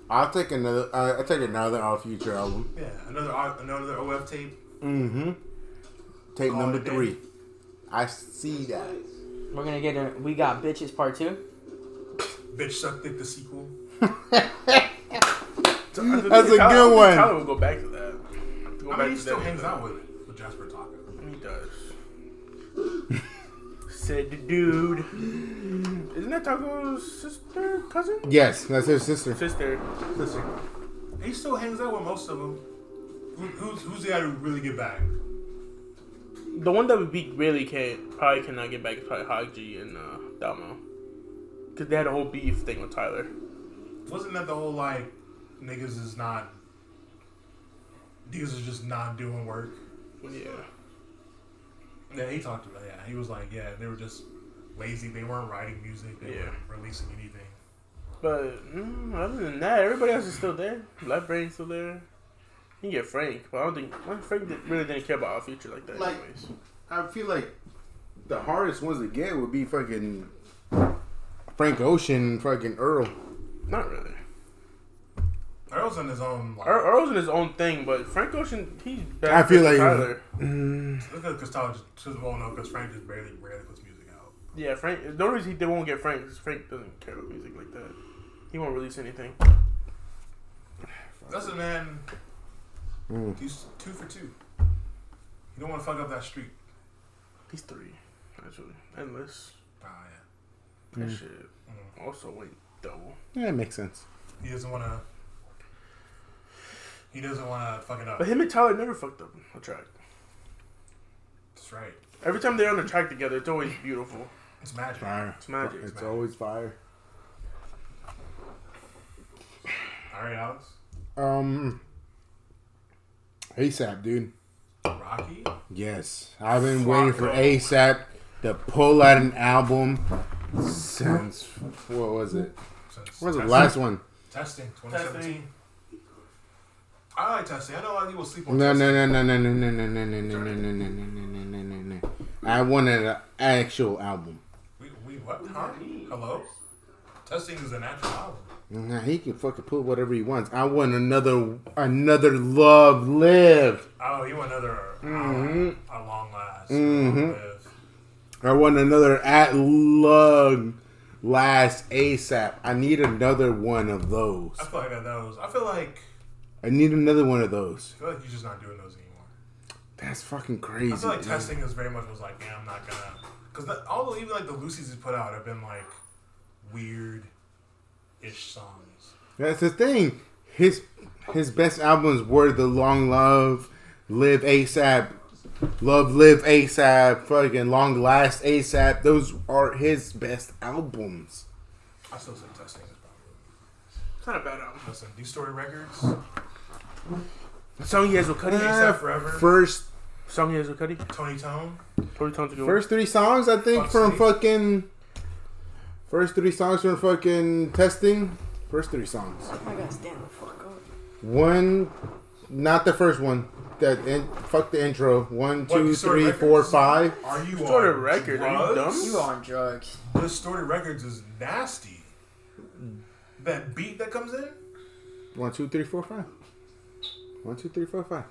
S5: I'll take another. Uh, I'll take another our future album.
S2: Yeah, another O- another OF tape.
S5: Mm-hmm. Tape
S2: Call
S5: number
S2: it a day.
S5: three. I see that.
S3: We're gonna get a. We got bitches part two.
S2: Bitch suck dick the sequel.
S4: That's a good
S5: That's a good one.
S4: Tyler will go back to that. Go
S2: I
S4: back
S2: mean, he
S4: to
S2: still
S4: that.
S2: hangs out with with Jasper Taco.
S4: He does. Said the dude. Isn't that Taco's sister, cousin,
S5: Yes, that's his sister.
S4: sister?
S2: Listen, he still hangs out with most of them. Who, who's who's the guy to really get back?
S4: The one that we beat really can't probably cannot get back is probably Haji and uh, Damo, because they had a whole beef thing with Tyler.
S2: Wasn't that the whole like niggas is not niggas is just not doing work?
S4: Yeah.
S2: Yeah, he talked about yeah. He was like, yeah, they were just lazy. They weren't writing music. They
S4: Yeah.
S2: weren't releasing anything.
S4: But mm, other than that, everybody else is still there. Left brain's still there. You get Frank, but I don't think well, Frank did, really didn't care about our future like that.
S5: Like-
S4: anyways,
S5: I feel like the hardest ones to get would be fucking Frank Ocean, and fucking Earl.
S4: not really.
S2: Earl's in his own. Like,
S4: Earl, Earl's in his own thing, but Frank Ocean, he's better.
S5: I feel
S4: than
S5: like-
S4: Tyler.
S2: because Tyler just- just well no, because Frank just barely barely puts music out.
S4: Yeah, Frank. The only reason he they won't get Frank is Frank doesn't care about music like that. He won't release anything.
S2: Listen, man. He's two for two. You don't want to fuck up that street.
S4: He's three, actually. Endless.
S2: Ah,
S4: That shit. Mm. Also went double.
S5: Yeah, that makes sense.
S2: yeah. He doesn't want to. He doesn't want to fuck it up.
S4: But him and Tyler never fucked up a track.
S2: That's right.
S4: Every time they're on the track together, it's always beautiful.
S2: It's magic.
S5: Fire.
S4: It's magic.
S5: It's always fire.
S2: All right, Alex.
S5: Um, ASAP, dude.
S2: Rocky.
S5: Yes, I've been waiting for ASAP to pull out an album since what was it?
S2: Since
S5: What was the
S2: testing-
S5: last one?
S2: Testing 2017. I like testing. I know a lot of people sleep on
S5: No,
S2: testing.
S5: no, no, no, no, no, no, no, no, no, no, no, no, no, no, no, no, no, no. I wanted an actual album.
S2: We, we what? Huh? Hello? Testing is an actual album.
S5: Nah, he can fucking pull whatever he wants. I want another, another love live.
S2: Oh, you want another
S4: Mm-hmm.
S2: uh, a long last. Live.
S5: I want another at love last ASAP. I need another one of those.
S2: I feel like I got those. I feel like
S5: I need another one of those.
S2: I feel like you're just not doing those anymore.
S5: That's fucking
S2: I
S5: crazy.
S2: feel like
S5: man.
S2: testing is very much was like, yeah, I'm not gonna, because all the even like the Lucy's he's put out have been like weird ish songs.
S5: That's the thing. His his best albums were the Long Love, Live ASAP, Love Live ASAP, fucking Long Last ASAP. Those are his best albums.
S2: I still say testing is probably.
S4: It's not a bad album.
S2: Listen, D Story Records,
S4: The song he has with Cuddy.
S2: ASAP Forever,
S5: First
S4: Song he has with Cuddy.
S2: Tony Tone.
S4: Twenty times ago.
S5: first three songs I think
S2: Fuck's
S5: from
S2: sake.
S5: fucking first three songs from fucking testing. First three songs.
S3: Oh my gosh, damn the fuck up.
S5: One, not the first one. That in, fuck the intro. One,
S2: What,
S5: two,
S2: Distorted
S5: three, four,
S2: Records?
S5: five.
S2: Are you
S4: Distorted
S2: on
S4: Records, are you
S2: drugs?
S4: dumb?
S3: You on drugs.
S2: Distorted Records is nasty. That beat that comes in.
S5: One, two, three, four, five. One, two, three, four, five.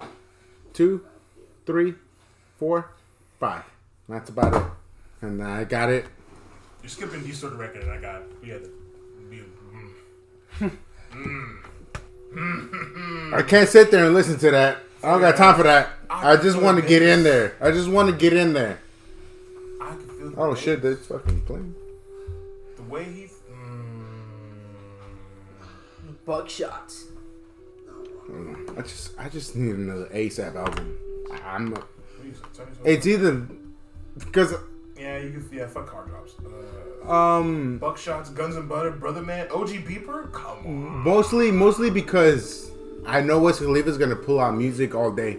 S5: Two, three, four, five. That's about it. And I got it.
S2: You're skipping D Story Record, and I got we had the. we- mm.
S5: I
S2: Mm.
S5: can't sit there and listen to that. I don't got time for that. I just want to get in there. I just want to get in there.
S2: I can feel. the
S5: Oh
S2: bass.
S5: shit, that's fucking playing.
S2: The way he. Mm,
S3: Buckshots.
S5: I just, I just need another ASAP album. I'm.
S2: please, tell me something.
S5: It's either because
S2: yeah, you can. Yeah, fuck car drops. Uh,
S5: um
S2: Buckshots, Guns and Butter, Brother Man, OG Beeper. Come
S5: Mm-hmm.
S2: on.
S5: mostly mostly because I know Wiz Khalifa's gonna pull out music all day.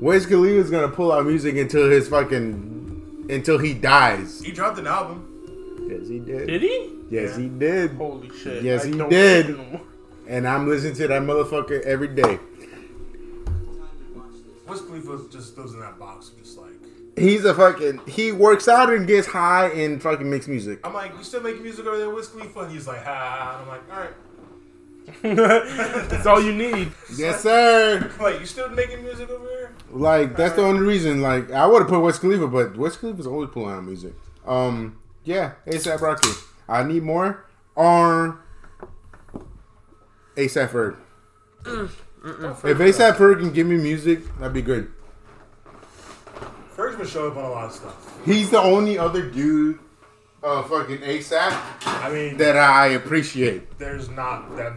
S5: Wiz Khalifa's gonna pull out music until his fucking until he dies.
S2: He dropped an album.
S5: Yes, he did.
S4: Did he?
S5: Yes, he did.
S4: Holy shit.
S5: Yes,
S4: I
S5: he
S4: don't
S5: did.
S4: like it no more.
S5: And I'm listening to that motherfucker every day.
S2: Wiz Khalifa just throws in that box, of just like
S5: He's a fucking. He works out and gets high and fucking makes music.
S2: I'm like, you still making music over there, Wiz Khalifa? And he's like, ha. And I'm like, all right.
S4: [laughs] That's all you need.
S5: Yes, sir.
S2: I'm like, you still making music over there?
S5: Like that's the only reason. Like I would have put West Khalifa, but West Khalifa's always pulling out music. Um, yeah, ASAP Rocky. I need more. Or ASAP Ferg. If ASAP Ferg can give me music, that'd be good.
S2: Ferg's been showing up on a lot of stuff.
S5: He's the only other dude, uh, fucking ASAP
S2: I mean,
S5: that I appreciate.
S2: there's not that.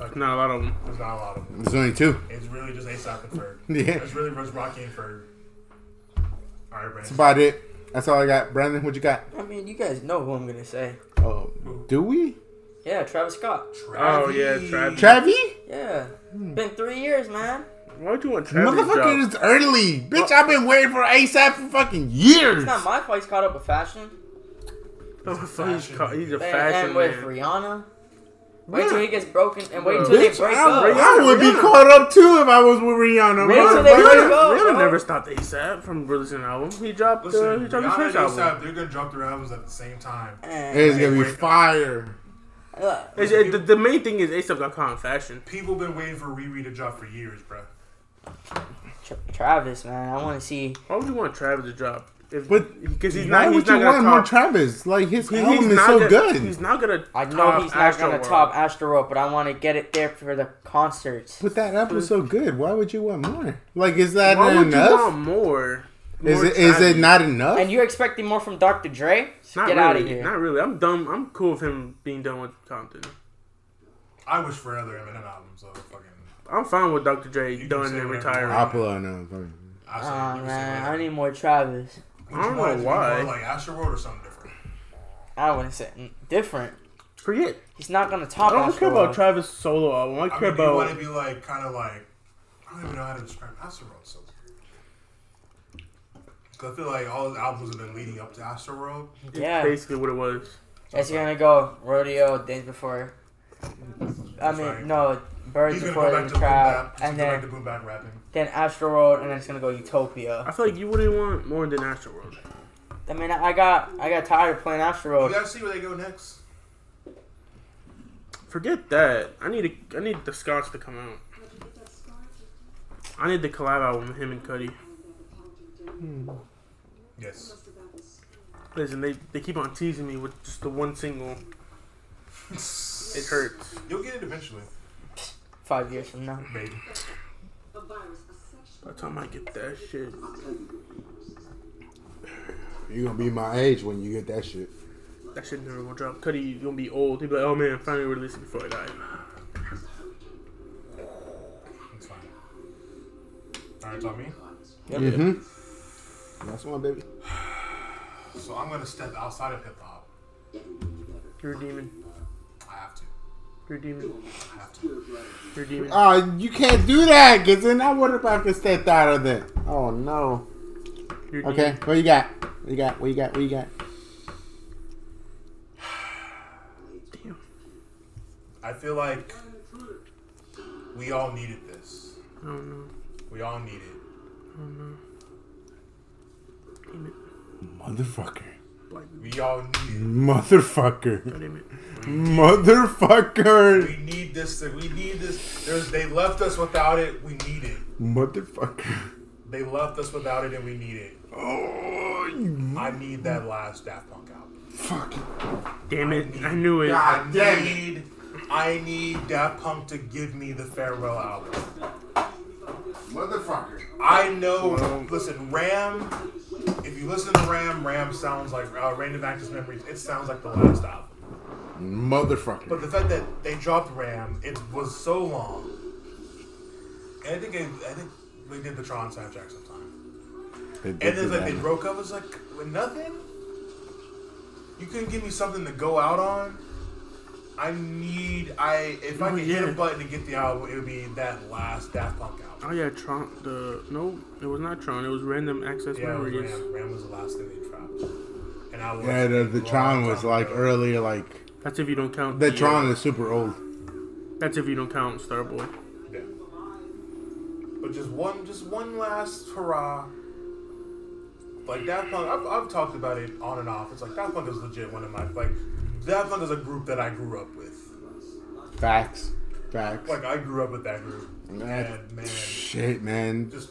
S2: Like,
S4: Not a lot of them.
S2: There's not a lot of them.
S5: There's only two.
S2: It's really just ASAP and Ferg.
S5: [laughs] Yeah.
S2: It's really just Rocky and Ferg. All right,
S5: That's
S2: Brandon.
S5: about it. That's all I got. Brandon, what you got?
S3: I mean, you guys know who I'm gonna say.
S5: Um, do we?
S3: Yeah, Travis Scott.
S4: Oh, yeah, Travis.
S5: Travi?
S3: Yeah.
S4: Hmm.
S3: Been three years, man.
S4: Why'd you want Travis
S5: Motherfucker,
S4: Motherfucker
S5: it's early. Bitch, I've been waiting for ASAP for fucking years.
S3: It's not my fault he's caught up with fashion.
S4: is... He's a
S3: And,
S4: fashion
S3: and with
S4: man.
S3: Rihanna. Wait till he gets broken and wait
S4: Bro.
S3: till they
S5: Bitch,
S3: break
S4: I'm
S3: up.
S4: ready.
S5: I would be
S4: Rihanna.
S5: caught up too if I was with Rihanna.
S3: Wait till
S5: bro.
S3: they
S5: Rihanna-
S3: break up.
S4: Rihanna
S3: bro.
S4: never stopped ASAP from releasing an album. He dropped, uh,
S2: Listen,
S4: he dropped his
S2: Rihanna
S4: first
S2: and
S4: album.
S2: ASAP, they're gonna drop their albums at the same time.
S3: Eh,
S5: It's gonna be fire.
S3: look,
S4: It's- it- the, the main thing is ASAP got caught in fashion.
S2: People been waiting for Riri to drop for years, bro.
S3: Tra- Travis, man, I want to see.
S4: Why would you want Travis to drop? If,
S5: But
S4: because he's
S5: Why
S4: not, he's
S5: would
S4: not
S5: you
S4: gonna
S5: want more
S4: top.
S5: Travis? Like his
S4: he-
S5: album is
S4: not
S5: so
S4: gonna,
S5: good.
S4: He's not gonna.
S3: I know
S4: top
S3: he's not
S4: Astro
S3: gonna
S4: World.
S3: top Astroworld, but I want to get it there for the concerts.
S5: But that album is so good. Why would you want more? Like, is that
S4: Why would you want
S5: enough?
S4: more?
S5: Is
S4: More
S5: it is
S4: Travis?
S5: it not enough?
S3: And you're expecting more from Dr. Dre?
S4: Not
S3: get
S4: really,
S3: out of here.
S4: Not really. I'm done. I'm cool with him being done with Compton.
S2: I wish for another Eminem album. So fucking.
S4: I'm fine with Dr. Dre
S2: can
S4: done
S2: say whatever
S4: and
S2: you
S4: retiring.
S5: I pull out now. fuck.
S2: I say-
S3: Aw,
S2: you can say
S3: man,
S2: whatever.
S3: I need more Travis.
S2: Would
S4: I
S2: you
S4: don't
S2: want it
S4: know
S2: to be
S4: why.
S2: more Like Astroworld or something different.
S3: I wouldn't say mm, different.
S4: Forget.
S3: He's not gonna top
S4: I don't care about
S3: Astroworld.
S4: Travis' solo album. I
S2: I
S4: care
S2: mean, do you want to
S4: about.
S2: be like kind of like I don't even know how to describe Astroworld. So. 'Cause I feel like all his albums have been leading up to Astroworld.
S3: yeah,
S4: Basically, what it was.
S3: It's gonna go rodeo days before. I mean,
S2: Sorry.
S3: no, birds
S2: He's gonna
S3: before
S2: go back
S3: the
S2: to boom
S3: trap,
S2: bap. He's gonna
S3: and
S2: go back to
S3: then
S2: boom bap rapping.
S3: then Astro World, and then it's gonna go Utopia.
S4: I feel like you wouldn't want more than Astro World.
S3: I mean, I got I got tired of playing Astro
S2: You
S3: World.
S2: gotta see where they go next.
S4: Forget that. I need a, I need the Scotch to come out. I need the collab album with him and Cuddy.
S2: [laughs] Yes.
S4: Listen, they, they keep on teasing me with just the one single. It hurts.
S2: You'll get it eventually,
S3: Five years from now,
S2: maybe.
S4: By the time I get that shit,
S5: You gonna be my age when you get that shit.
S4: that shit never gonna drop. Cuddy gonna be old. He'll be like, oh man, finally released it before I die.
S2: It's fine. Alright, Tommy.
S5: Mm-hmm. That's one, baby.
S2: So I'm gonna step outside of hip hop.
S4: You're a demon.
S2: I have to.
S4: You're a demon.
S2: I have to.
S4: You're a demon.
S5: Oh, you can't do that, cause then I wonder if I can step out of that. Oh no.
S4: You're a
S5: Okay,
S4: demon.
S5: what you got? What you got? What you got? What you got?
S4: Damn.
S2: I feel like we all needed this.
S4: I don't know.
S2: We all need it.
S4: Damn it.
S5: Motherfucker.
S4: Black people.
S2: We all need it.
S5: Motherfucker.
S4: God damn it.
S5: Motherfucker.
S2: We need this. thing. We need this. There's, they left us without it. We need it.
S5: Motherfucker.
S2: They left us without it, and we need it.
S5: Oh, you
S2: I need that last Daft Punk album.
S5: fucking.
S4: Damn it. I knew it.
S5: God
S2: I
S5: damn it.
S2: need. I need Daft Punk to give me the farewell album.
S5: Motherfucker.
S2: I know. listen, Ram. If you listen to Ram, Ram sounds like uh, Random Access Memories. It sounds like the last album. But
S5: Motherfucker.
S2: the fact that they dropped Ram, it was so long. And I think it, I think they did the Tron soundtrack sometime. And then like they broke up. It's like with nothing. You couldn't give me something to go out on. I need I if I
S4: Oh,
S2: could hit
S4: yeah.
S2: a button to get the album, it would be that last Daft Punk album.
S4: Oh yeah, Tron. The no, it was not Tron. It was Random Access
S2: Yeah, it was
S4: Memories.
S2: Ram. Ram was the last thing they dropped. And I was
S5: Yeah, the, the Tron was like earlier, like
S4: That's if you don't count
S5: the
S4: uh,
S5: Tron is super old.
S4: That's if you don't count Starboy.
S2: Yeah. But just one, just one last hurrah. Like Daft Punk, I've, I've talked about it on and off. It's like Daft Punk is legit one of my like. Daft Punk is a group that I grew up with.
S5: Facts, facts.
S2: Like I grew up with that group.
S5: Man.
S2: And man, just
S5: Shit, man,
S2: just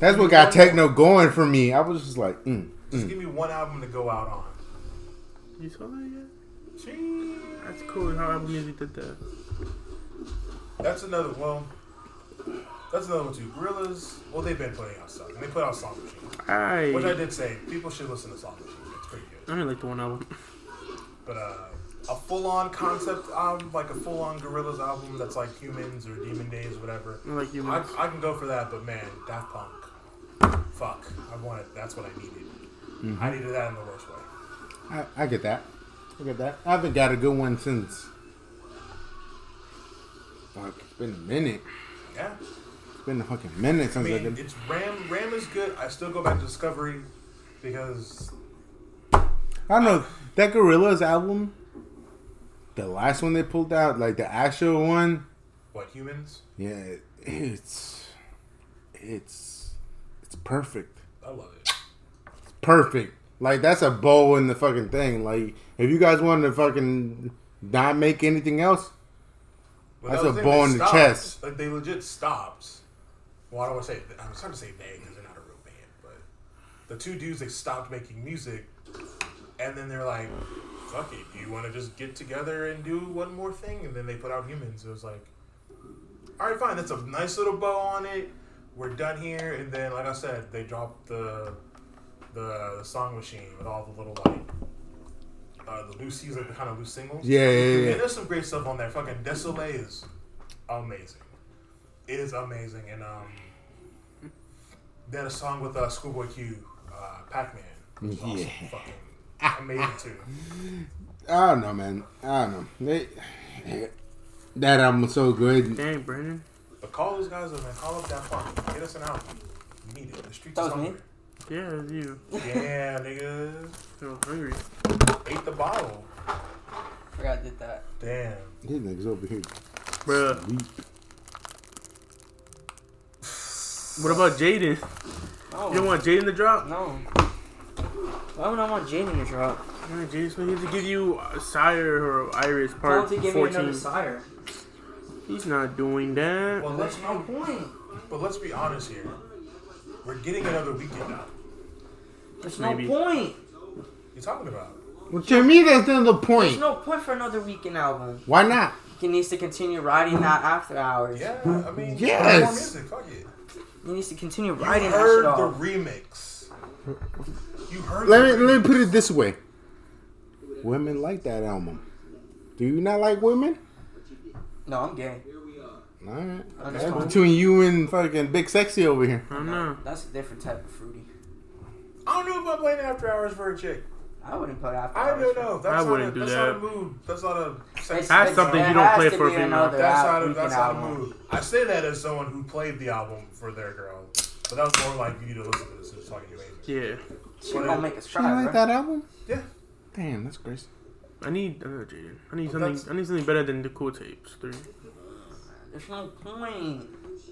S5: that's what got techno going for me. I was just like, mm.
S2: give me one album to go out on.
S4: You saw that yet?
S2: Gee,
S4: That's cool. How Apple Music did that.
S2: That's another well. That's another one too. Gorillas. Well, they've been putting out stuff, and they put out Song Machine,
S4: I
S2: which I did say people should listen to Song Machine. It's pretty good.
S4: I only like the one album.
S2: But uh, a full-on concept album, like a full-on Gorillaz album that's like Humans or Demon Days, whatever.
S4: I like
S2: I,
S4: humans.
S2: I can go for that, but man, Daft Punk, fuck, I want it. That's what I needed. I needed that in the worst way.
S5: I, I get that. I get that. I haven't got a good one since. Fuck, it's been a minute.
S2: Yeah,
S5: It's been a fucking minute
S2: I
S5: since I
S2: mean,
S5: did.
S2: it's Ram. Ram is good. I still go back to Discovery because
S5: I don't know that Gorillaz album. The last one they pulled out, like the actual one,
S2: What humans?
S5: yeah, it- it's it's it's perfect.
S2: I love it.
S5: perfect. Like that's a bow in the fucking thing. Like if you guys wanted to fucking not make anything else,
S2: But
S5: That's
S2: that was
S5: a
S2: thing, they
S5: ball in the
S2: stopped.
S5: chest.
S2: Like they legit stopped. Well, I don't want to say. I'm trying to say they because they're not a real band, but the two dudes they stopped making music, and then they're like, "Fuck it, do you want to just get together and do one more thing?" And then they put out humans. It was like, "All right, fine. That's a nice little bow on it. We're done here." And then, like I said, they dropped the the, the song machine with all the little like. Uh, the Lucy's like the kind of loose singles.
S5: yeah, yeah,
S2: Yeah,
S5: yeah.
S2: there's some great stuff on there. Fucking Desolé is amazing. It is amazing. And um, they had a song with uh, Schoolboy Q, uh, Pac Man.
S5: Yeah.
S2: Fucking amazing too.
S5: I don't know, man. I don't know. They, that album was so good.
S4: Dang, Brandon.
S2: But call those guys up, man. Call up that funk. Get us an album. We Need it. The streets
S3: That
S2: is
S3: was me?
S2: hungry.
S4: Yeah, it's you.
S2: Yeah, nigga.
S4: Feel hungry.
S2: Ate the bottle.
S3: Forgot I did that.
S2: Damn.
S5: These niggas over here.
S4: Bruh. What about Jaden?
S3: No.
S4: You don't want Jaden to drop?
S3: no. Why would I want Jaden to drop?
S4: Yeah, Jaden's going to give you uh, Sire or Iris
S3: Why don't
S4: part
S3: they give me
S4: 14.
S3: another sire?
S4: He's not doing that.
S2: Well, let's
S3: That's my point.
S2: but let's be honest here. We're getting another weekend out.
S3: There's
S4: Maybe.
S3: no point.
S2: You talking about?
S5: Well, to me, that's not the
S3: There's
S5: point.
S3: no point for another weekend album.
S5: Why not?
S3: He needs to continue writing that after hours.
S2: Yeah, I mean,
S5: Yes.
S2: more music. Fuck it.
S3: He needs to continue
S2: You
S3: writing that
S2: heard
S3: shit
S2: the
S3: off.
S2: remix. You heard.
S5: Let
S2: the
S5: me
S2: remix.
S5: let me put it this way. Women like that album. Do you not like women?
S3: no, I'm gay.
S5: All right.
S3: I'm just
S5: That's
S3: fine.
S5: between you and fucking Big Sexy over here.
S4: I don't know.
S3: That's a different type of fruity.
S2: I don't know if I'm playing after hours for a chick.
S3: I wouldn't put after
S2: I
S3: hours.
S2: don't
S3: for-
S2: know. That's
S4: wouldn't
S2: not a,
S4: do
S2: that's
S4: that.
S2: not a mood. That's not a sex.
S3: It's-
S4: That's
S3: it's-
S4: something
S3: there
S4: you don't play
S3: has to
S4: for a
S3: be
S4: female.
S3: another
S2: That's
S3: al-
S2: not a,
S3: weekend
S2: that's not a
S3: album.
S2: mood. I say that as someone who played the album for their girl, but that was more like you need to listen to this. It's fucking amazing.
S4: Yeah.
S3: She gonna make us
S5: You
S3: cry,
S5: like
S3: bro.
S5: that album?
S2: Yeah.
S5: Damn, that's crazy.
S4: I need uh, Jaden. I need
S2: Well,
S4: something.
S2: that's-
S4: I need something better than the cool tapes. Three.
S3: There's no point.
S4: I mean,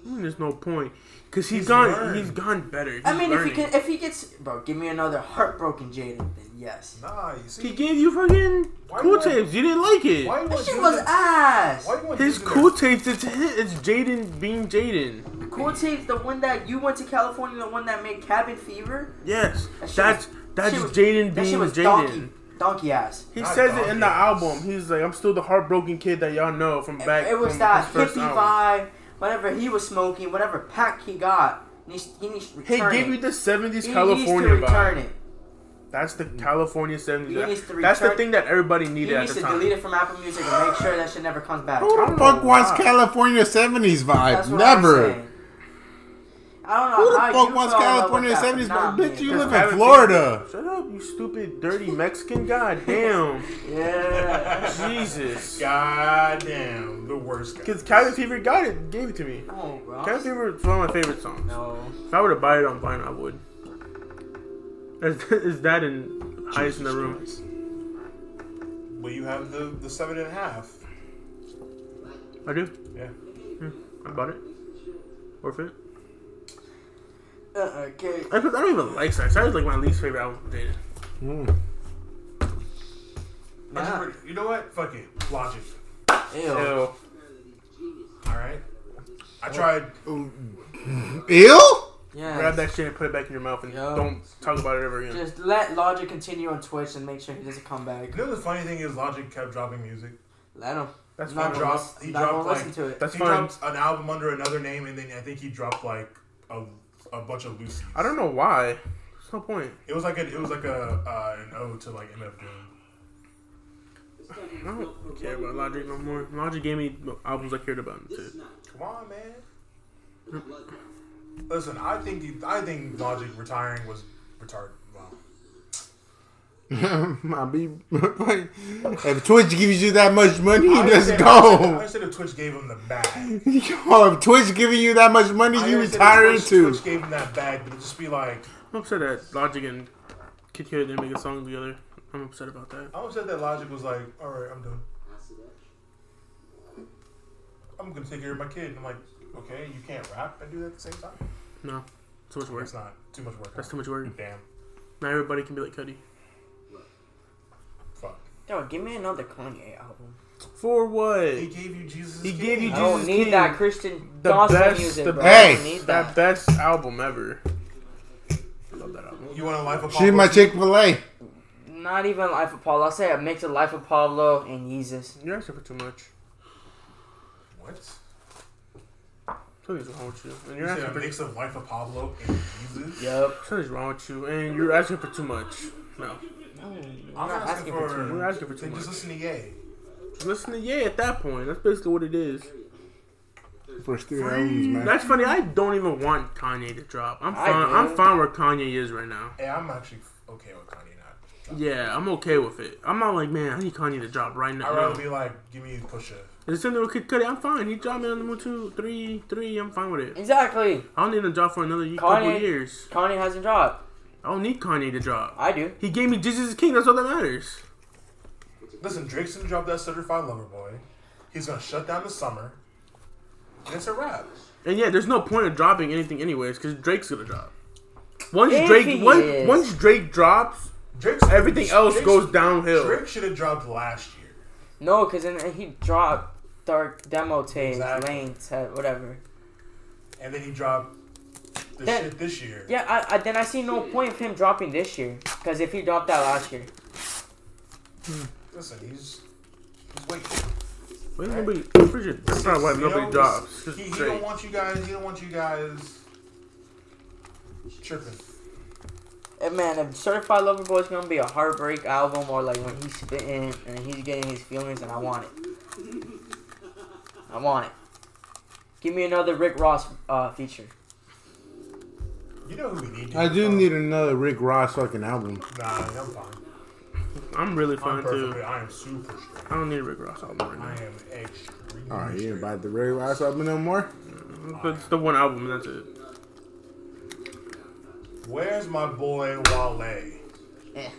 S4: Mm, there's no point, cause he's
S2: He's
S4: gone.
S2: learned.
S4: He's gone better. He's
S3: I mean, if he
S4: learning.
S3: can, if he gets, bro, give me another heartbroken Jaden. Then yes.
S2: Nah, you
S4: He
S2: see,
S4: gave you fucking
S2: Why
S4: cool
S2: would-
S4: tapes. You didn't like it.
S2: why you
S3: That
S2: want
S3: shit
S2: dudes
S3: was
S2: in-
S3: ass.
S2: Why you want
S4: His
S2: dudes in
S4: cool
S2: their-
S4: tapes. It's his, it's Jaden being Jaden.
S3: Cool Tapes, the one that you went to California, the one that made Cabin Fever.
S4: Yes,
S3: That shit
S4: that's
S3: was-
S4: that's
S3: shit was-
S4: Jaden
S3: That shit
S4: being
S3: was donkey,
S4: Jaden.
S3: donkey ass.
S4: He
S2: Not
S4: says it in the
S2: donkey.
S4: album. He's like, I'm still the heartbroken kid that y'all know from back.
S3: it was
S4: from
S3: that
S4: his first
S3: hippie
S4: album.
S3: vibe, whatever he was smoking, whatever pack he got. He needs, he needs to
S4: He
S3: return
S4: gave you
S3: it.
S4: the 70s
S3: He
S4: California
S3: needs to
S4: vibe.
S3: return it.
S4: That's the California
S3: He needs
S4: 70s.
S3: to
S4: That's the
S3: return-
S4: thing that everybody
S3: He
S4: needed at
S3: needs
S4: the
S3: to
S4: time.
S3: delete it from Apple Music and make sure that shit never comes back.
S5: Who the
S4: don't
S5: fuck
S4: know
S5: wants
S4: why.
S5: California 70s
S3: That's
S5: vibe?
S3: what I'm
S5: Never.
S3: saying. I don't know
S5: Who the
S3: how
S5: fuck
S3: you
S5: wants
S3: fell in love
S5: California
S3: with that,
S5: 70s
S3: but not
S5: vibe? Bitch,
S3: me.
S5: you
S3: That's
S5: live
S4: I
S5: in
S4: haven't
S5: Florida.
S4: Shut up, you stupid, dirty Mexican. God
S3: [laughs]
S4: damn.
S3: Yeah.
S4: Jesus.
S2: Goddamn, the worst.
S4: Because
S2: Guy.
S4: Cabin Fever got it, gave it to me.
S3: No, bro.
S4: Cabin Fever is one of my favorite songs.
S3: No.
S4: If I were to buy it on vinyl, I would. Is, [laughs] is that in highest in the room?
S2: Well, you have the the seven and a half.
S4: I do.
S2: Yeah.
S4: I bought it. Worth it.
S3: Uh, okay.
S4: I, I don't even like Cyrus. Cyrus is like my least favorite album from Jaden.
S2: I just
S3: Nah.
S2: re- You know what? Fuck it. Logic.
S3: Ew.
S2: All right. I tried.
S5: Ill? [laughs]
S3: Yeah.
S4: Grab that shit and put it back in your mouth and
S3: Yo.
S4: don't talk about it ever again.
S3: Just let Logic continue on Twitch and make sure he doesn't come back.
S2: You know the funny thing is, Logic kept dropping music.
S3: Let him.
S4: That's
S3: not
S4: fine.
S3: gonna
S2: Dropped-
S3: lis-
S2: he
S3: not gonna
S2: dropped,
S3: listen
S2: like,
S3: to it.
S4: That's
S2: he
S4: fine.
S2: dropped an album under another name, and then I think he dropped like a, a bunch of Lucy's.
S4: I don't know why. There's no point.
S2: It was like a, it was like a uh, an ode to like MF Doom.
S4: I don't care about Logic no more. Logic gave me albums I cared about. Too.
S2: Come on, man. Listen, I think he, I think Logic retiring was retarded. Wow.
S5: I be, [laughs] if Twitch gives you that much money,
S2: I
S5: let's
S2: understand- I
S5: go.
S2: said if Twitch gave him the bag.
S5: [laughs] Yo, if Twitch giving you that much money,
S2: I
S5: you
S2: understand if
S5: retire
S2: Twitch,
S5: into.
S2: Twitch gave him that bag, but it'd just be like,
S4: I'm upset that Logic and Kid Cudi didn't make a song together. I'm upset about that.
S2: I almost said that Logic was like, all right, I'm done. I'm gonna take care of my kid. And I'm like, okay, you can't rap and do that at the same time.
S4: No, too much work.
S2: It's not too much work.
S4: That's
S2: huh?
S4: too much work.
S2: Damn.
S4: Not everybody can be like Cudi.
S2: Fuck.
S3: Yo, give me another Kanye album.
S4: For what?
S2: He gave you Jesus.
S4: He
S2: King.
S4: gave you
S3: I
S4: Jesus
S3: don't need
S4: King.
S3: that Christian
S4: The
S3: gospel
S4: best-
S3: music,
S4: the
S3: bro. I
S5: best.
S3: don't need that.
S4: That best album ever. I love that album.
S2: You want a life of
S5: She my Chick Fil A.
S3: Not even Life of Pablo. I'll say a mix of Life of Pablo and Jesus.
S4: You're asking for too much.
S2: What?
S4: Something's wrong with you. And
S2: You
S4: you're
S2: said
S4: asking
S2: a
S4: for
S2: mix of life of Pablo and Jesus.
S3: Yup.
S4: something's wrong with you. And you're asking for too much. No,
S3: I'm
S2: I'm
S3: not asking for too
S4: We're asking for too
S2: then just
S4: much.
S2: listen to Ye.
S4: listen to yeah. At that point, that's basically what it is.
S5: First three albums, man.
S4: That's funny. I don't even want Kanye to drop. I'm
S3: I
S4: fine.
S3: do.
S4: I'm fine where Kanye is right now.
S2: Hey, I'm actually okay with Kanye not.
S4: Yeah, I'm okay with it. I'm not like man. I need Kanye to drop right now.
S2: I'd
S4: No.
S2: rather be like, give me Pusha.
S4: It's in the Kid Cudi. I'm fine. He dropped me on the moon two, three, three. I'm fine with it.
S3: Exactly.
S4: I don't need him to drop for another ye- couple
S3: Kanye.
S4: years.
S3: Kanye hasn't dropped.
S4: I don't need Kanye to drop.
S3: I do.
S4: He gave me Jesus is King. That's all that matters.
S2: Listen, Drake's gonna drop that certified lover boy. He's gonna shut down the summer. And it's a wrap.
S4: And yeah, there's no point of dropping anything anyways because Drake's gonna drop. Once
S3: If
S4: Drake,
S3: he
S4: once,
S3: is.
S4: once Drake drops,
S2: Drake's
S4: everything else
S2: Drake's-
S4: goes downhill.
S2: Drake should have dropped last year.
S3: No, because then he dropped Dark Demo Tapes,
S2: Exactly.
S3: Lane Tape, whatever.
S2: And then he dropped the
S3: That-
S2: shit this year.
S3: Yeah, I, I, then I see no point of him dropping this year. Because if he dropped that last year,
S2: Listen, he's he's waiting.
S4: When's nobody? I'm pretty sure that's not why
S2: You
S4: nobody
S2: know,
S4: drops.
S2: He, he
S4: Just
S2: don't
S4: Drake.
S2: want you guys. He don't want you guys chirping.
S3: and man, if Certified Lover Boy is gonna be a heartbreak album, or like when he's spitting and he's getting his feelings, and I want it. I want it. Give me another Rick Ross uh, feature.
S2: You know who we need. to
S5: I do
S2: fuck.
S5: need another Rick Ross fucking album.
S2: Nah, I'm fine.
S4: I'm really
S2: I'm
S4: fine
S2: perfectly.
S4: too.
S2: I am super straight.
S4: I don't need a Rick Ross album right
S2: I
S4: now.
S2: am extremely
S5: All right, you ain't
S2: straight.
S5: about the Rick Ross album no more.
S4: But it's the one album. and That's it.
S2: Where's my boy Wale?
S3: Eh.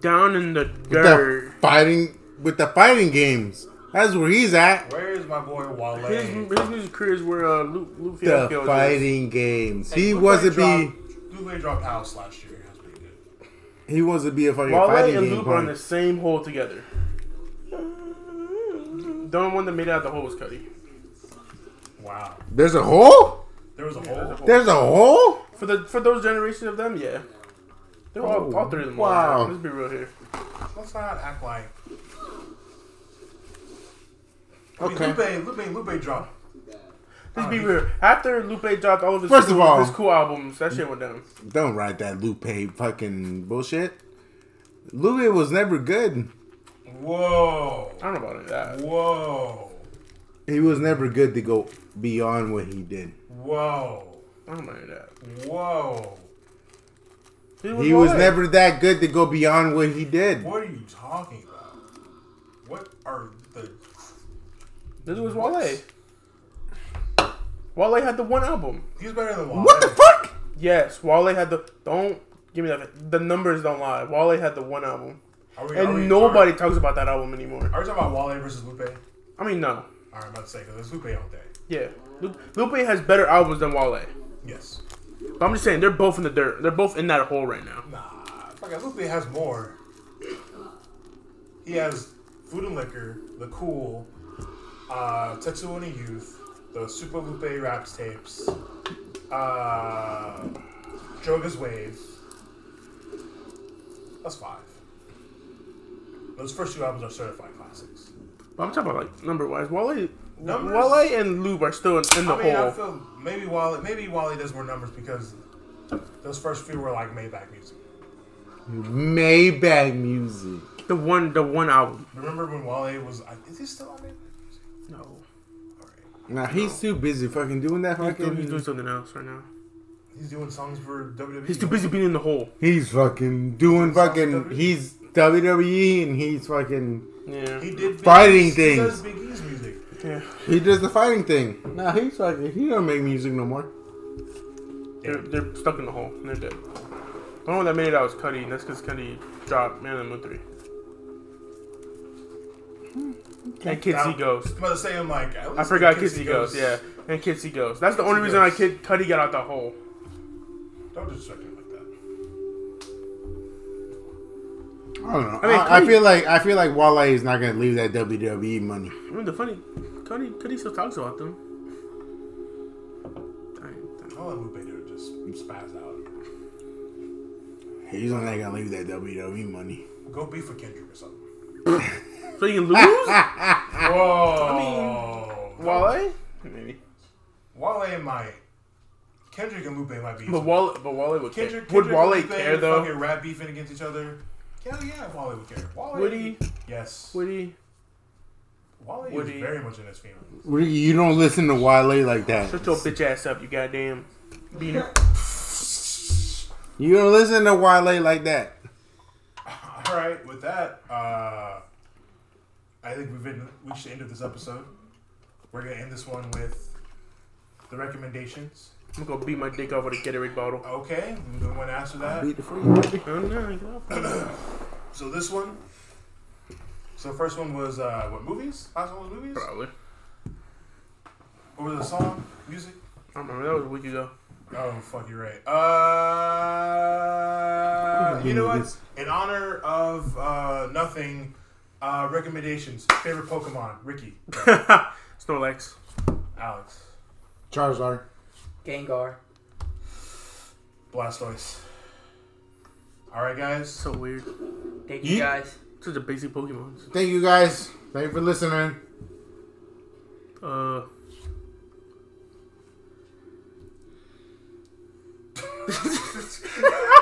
S4: Down in the
S5: With the
S4: dirt.
S5: fighting, with the fighting games. That's where he's at.
S2: Where's my boy Wale?
S4: His, his music career is where uh, Luke, Luke
S5: The
S4: Fiasco is.
S5: fighting games. He
S2: Lupe
S5: wants to be.
S2: dropped- Lupe dropped house last year. That's pretty good.
S5: He wants to be a fucking
S4: Wale
S5: fighting
S4: and
S5: game.
S4: Luke are on
S5: punk.
S4: the same hole together. The only one that made it out of the hole was Cuddy.
S2: Wow.
S5: There's a hole.
S2: There was a hole.
S5: There's a hole.
S4: For the for those generations of them, yeah. They're all, all three of them. were
S5: Wow.
S4: alright. Let's be real here.
S2: Let's not act like.
S5: Okay.
S2: I mean, Lupe, Lupe, Lupe dropped.
S4: Let's be real. After Lupe dropped all of his
S5: First of
S4: cool,
S5: all-
S4: his cool albums, that shit went down.
S5: Don't write that Lupe fucking bullshit. Lupe was never good.
S2: Whoa.
S4: I don't know about that.
S2: Whoa.
S5: He was never good to go beyond what he did.
S2: Whoa.
S4: I don't mind that.
S2: Whoa.
S5: He was
S4: Wale.
S5: never that good to go beyond what he did.
S2: What are you talking about? What are the.
S4: This was Wale. Wale had the one album.
S2: He's better than Wale.
S5: What the fuck?
S4: Yes, Wale had the. Don't give me that. The numbers don't lie. Wale had the one album,
S2: Are we,
S4: and
S2: are we-
S4: nobody
S2: Are,
S4: talks about that album anymore.
S2: are we talking about Wale versus Lupe? Alright,
S4: I mean, no.
S2: I'm about to say, because it's Lupe all day.
S4: Yeah, Lu- Lupe has better albums than Wale.
S2: Yes.
S4: But I'm just saying they're both in the dirt. They're both in that hole right now.
S2: Nah, fuck it. Lupe has more. He has Food and Liquor, The Cool, uh, Tetsuo and the Youth, the Super Lupe Raps tapes, uh, Joga's Wave. That's five. Those first two albums are certified classics.
S4: But I'm talking about like number wise. Wale,
S2: Numbers?
S4: Wale and Lube are still in, in the
S2: I mean, I
S4: hole.
S2: feel maybe Wally, maybe Wally does more numbers because those first few were like Maybach music.
S5: Maybach music.
S4: the one, the one album.
S2: Remember when Wally was? I- Is he still on Maybach music?
S4: No,
S2: All right.
S5: Nah, he's too busy fucking doing that
S4: he's doing, he's doing
S5: fucking.
S4: something else right now.
S2: He's doing songs for E, WWE.
S4: He's too busy being in the hole.
S5: He's fucking doing fucking. E. He's WWE and he's fucking.
S4: Yeah,
S2: He did Big
S5: Fighting
S2: E's- He does
S5: things.
S2: Big E's music.
S4: yeah.
S5: He does the fighting thing. Nah, he's fucking. He don't make music no more.
S4: They're, they're stuck in the hole. and They're dead. The only one that made it out was Cuddy, and that's because Cuddy dropped Man of the Moon 3.
S2: Hmm.
S4: and Kitsy Ghost.
S2: I'm about to say, I'm like, at
S4: I
S2: least
S4: forgot
S2: Kitsy
S4: Kitsy Ghost. Yeah, and Kitsy Ghost. That's the only
S2: Kitsy
S4: reason I
S2: Ghost.
S4: kid Cuddy got out the hole.
S2: Don't disrespect him like that.
S5: I don't know. I,
S4: I mean,
S5: I
S4: Cody-
S5: feel like I feel like Wale is not gonna leave that WWE money.
S4: I mean, the funny Cuddy Cuddy still talks about them. I-
S2: I'll let Lupe do it, just spaz out.
S5: He's not gonna leave that WWE money.
S2: Go be for Kendrick or something.
S4: I- So you
S2: [laughs]
S4: can lose.
S5: Ah.
S2: Whoa.
S4: Wale? Maybe.
S2: Wale might. Kendrick and Lupe might be.
S4: But Wale, but Wale would
S2: Kendrick,
S4: care. Would
S2: Kendrick
S4: Wale
S2: and Lupe
S4: care though?
S2: Fucking rap beefing against each other. Hell yeah, Wale would care. Wale,
S4: Would he?
S2: Yes.
S4: Would he?
S2: Wale
S4: would
S2: is
S4: he?
S2: very much in his feelings.
S5: Really, You don't listen to Wale like
S4: Shut your
S5: that.
S4: bitch ass up, you goddamn beaner.
S5: You don't listen to Wale like that.
S2: All right, with that, uh, I think we've been, we should end this episode. We're gonna end this one with the recommendations.
S4: I'm gonna beat my dick off with a Gatorade bottle.
S2: Okay, the one after that.
S5: Beat the fuck
S4: Oh, no, get off me.
S2: So this one. So first one was uh, what movies? Last one was movies.
S4: Probably.
S2: What was the song? Music.
S4: I remember that was a week
S2: [laughs]
S4: ago.
S2: Oh fuck, you're right. Uh, you know what? In honor of uh, nothing, uh, recommendations. Favorite Pokemon: Ricky,
S4: Snorlax.
S2: Alex,
S5: Charizard.
S3: Gengar.
S2: Blastoise. All right, guys.
S4: So weird.
S3: Thank you
S5: Yeet.
S3: guys.
S4: Such a basic Pokemon.
S5: Thank you guys. Thank you for listening.
S4: Uh. [laughs]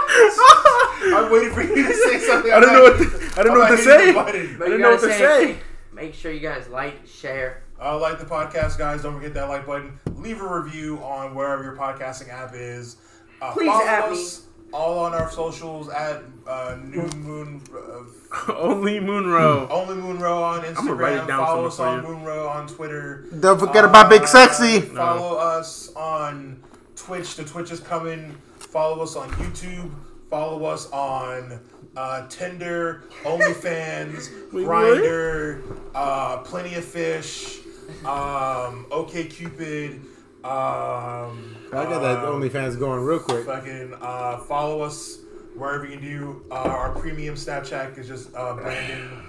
S2: I'm waiting for you to
S4: [laughs]
S2: say something.
S4: I don't know what to, I don't know what to say.
S2: say.
S3: But you
S4: I didn't know what
S3: gotta
S4: to say.
S3: Make sure you guys like, share.
S2: Uh, like the podcast, guys. Don't forget that like button. Leave a review on wherever your podcasting app is. Uh,
S3: Please
S2: follow
S3: app me.
S2: us all on our socials at uh, New Moon uh,
S4: Only
S2: [laughs]
S4: Moonrow.
S2: Only Moonrow on Instagram.
S4: gonna write it down
S2: follow us
S4: somewhere
S2: on
S4: for
S2: Moonrow on Twitter.
S5: Don't forget
S2: Uh,
S5: about Big Sexy.
S2: Follow us on Twitch. The Twitch is coming. Follow us on YouTube. Follow us on uh, Tinder, OnlyFans,
S4: Wait,
S2: Grinder, uh, Plenty of Fish, um, OKCupid. Um,
S5: I got that OnlyFans going real quick.
S2: Fucking uh, follow us wherever you do. Uh, our premium Snapchat is just uh, Brandon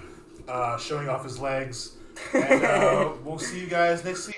S2: uh, showing off his legs. And uh, we'll see you guys next week.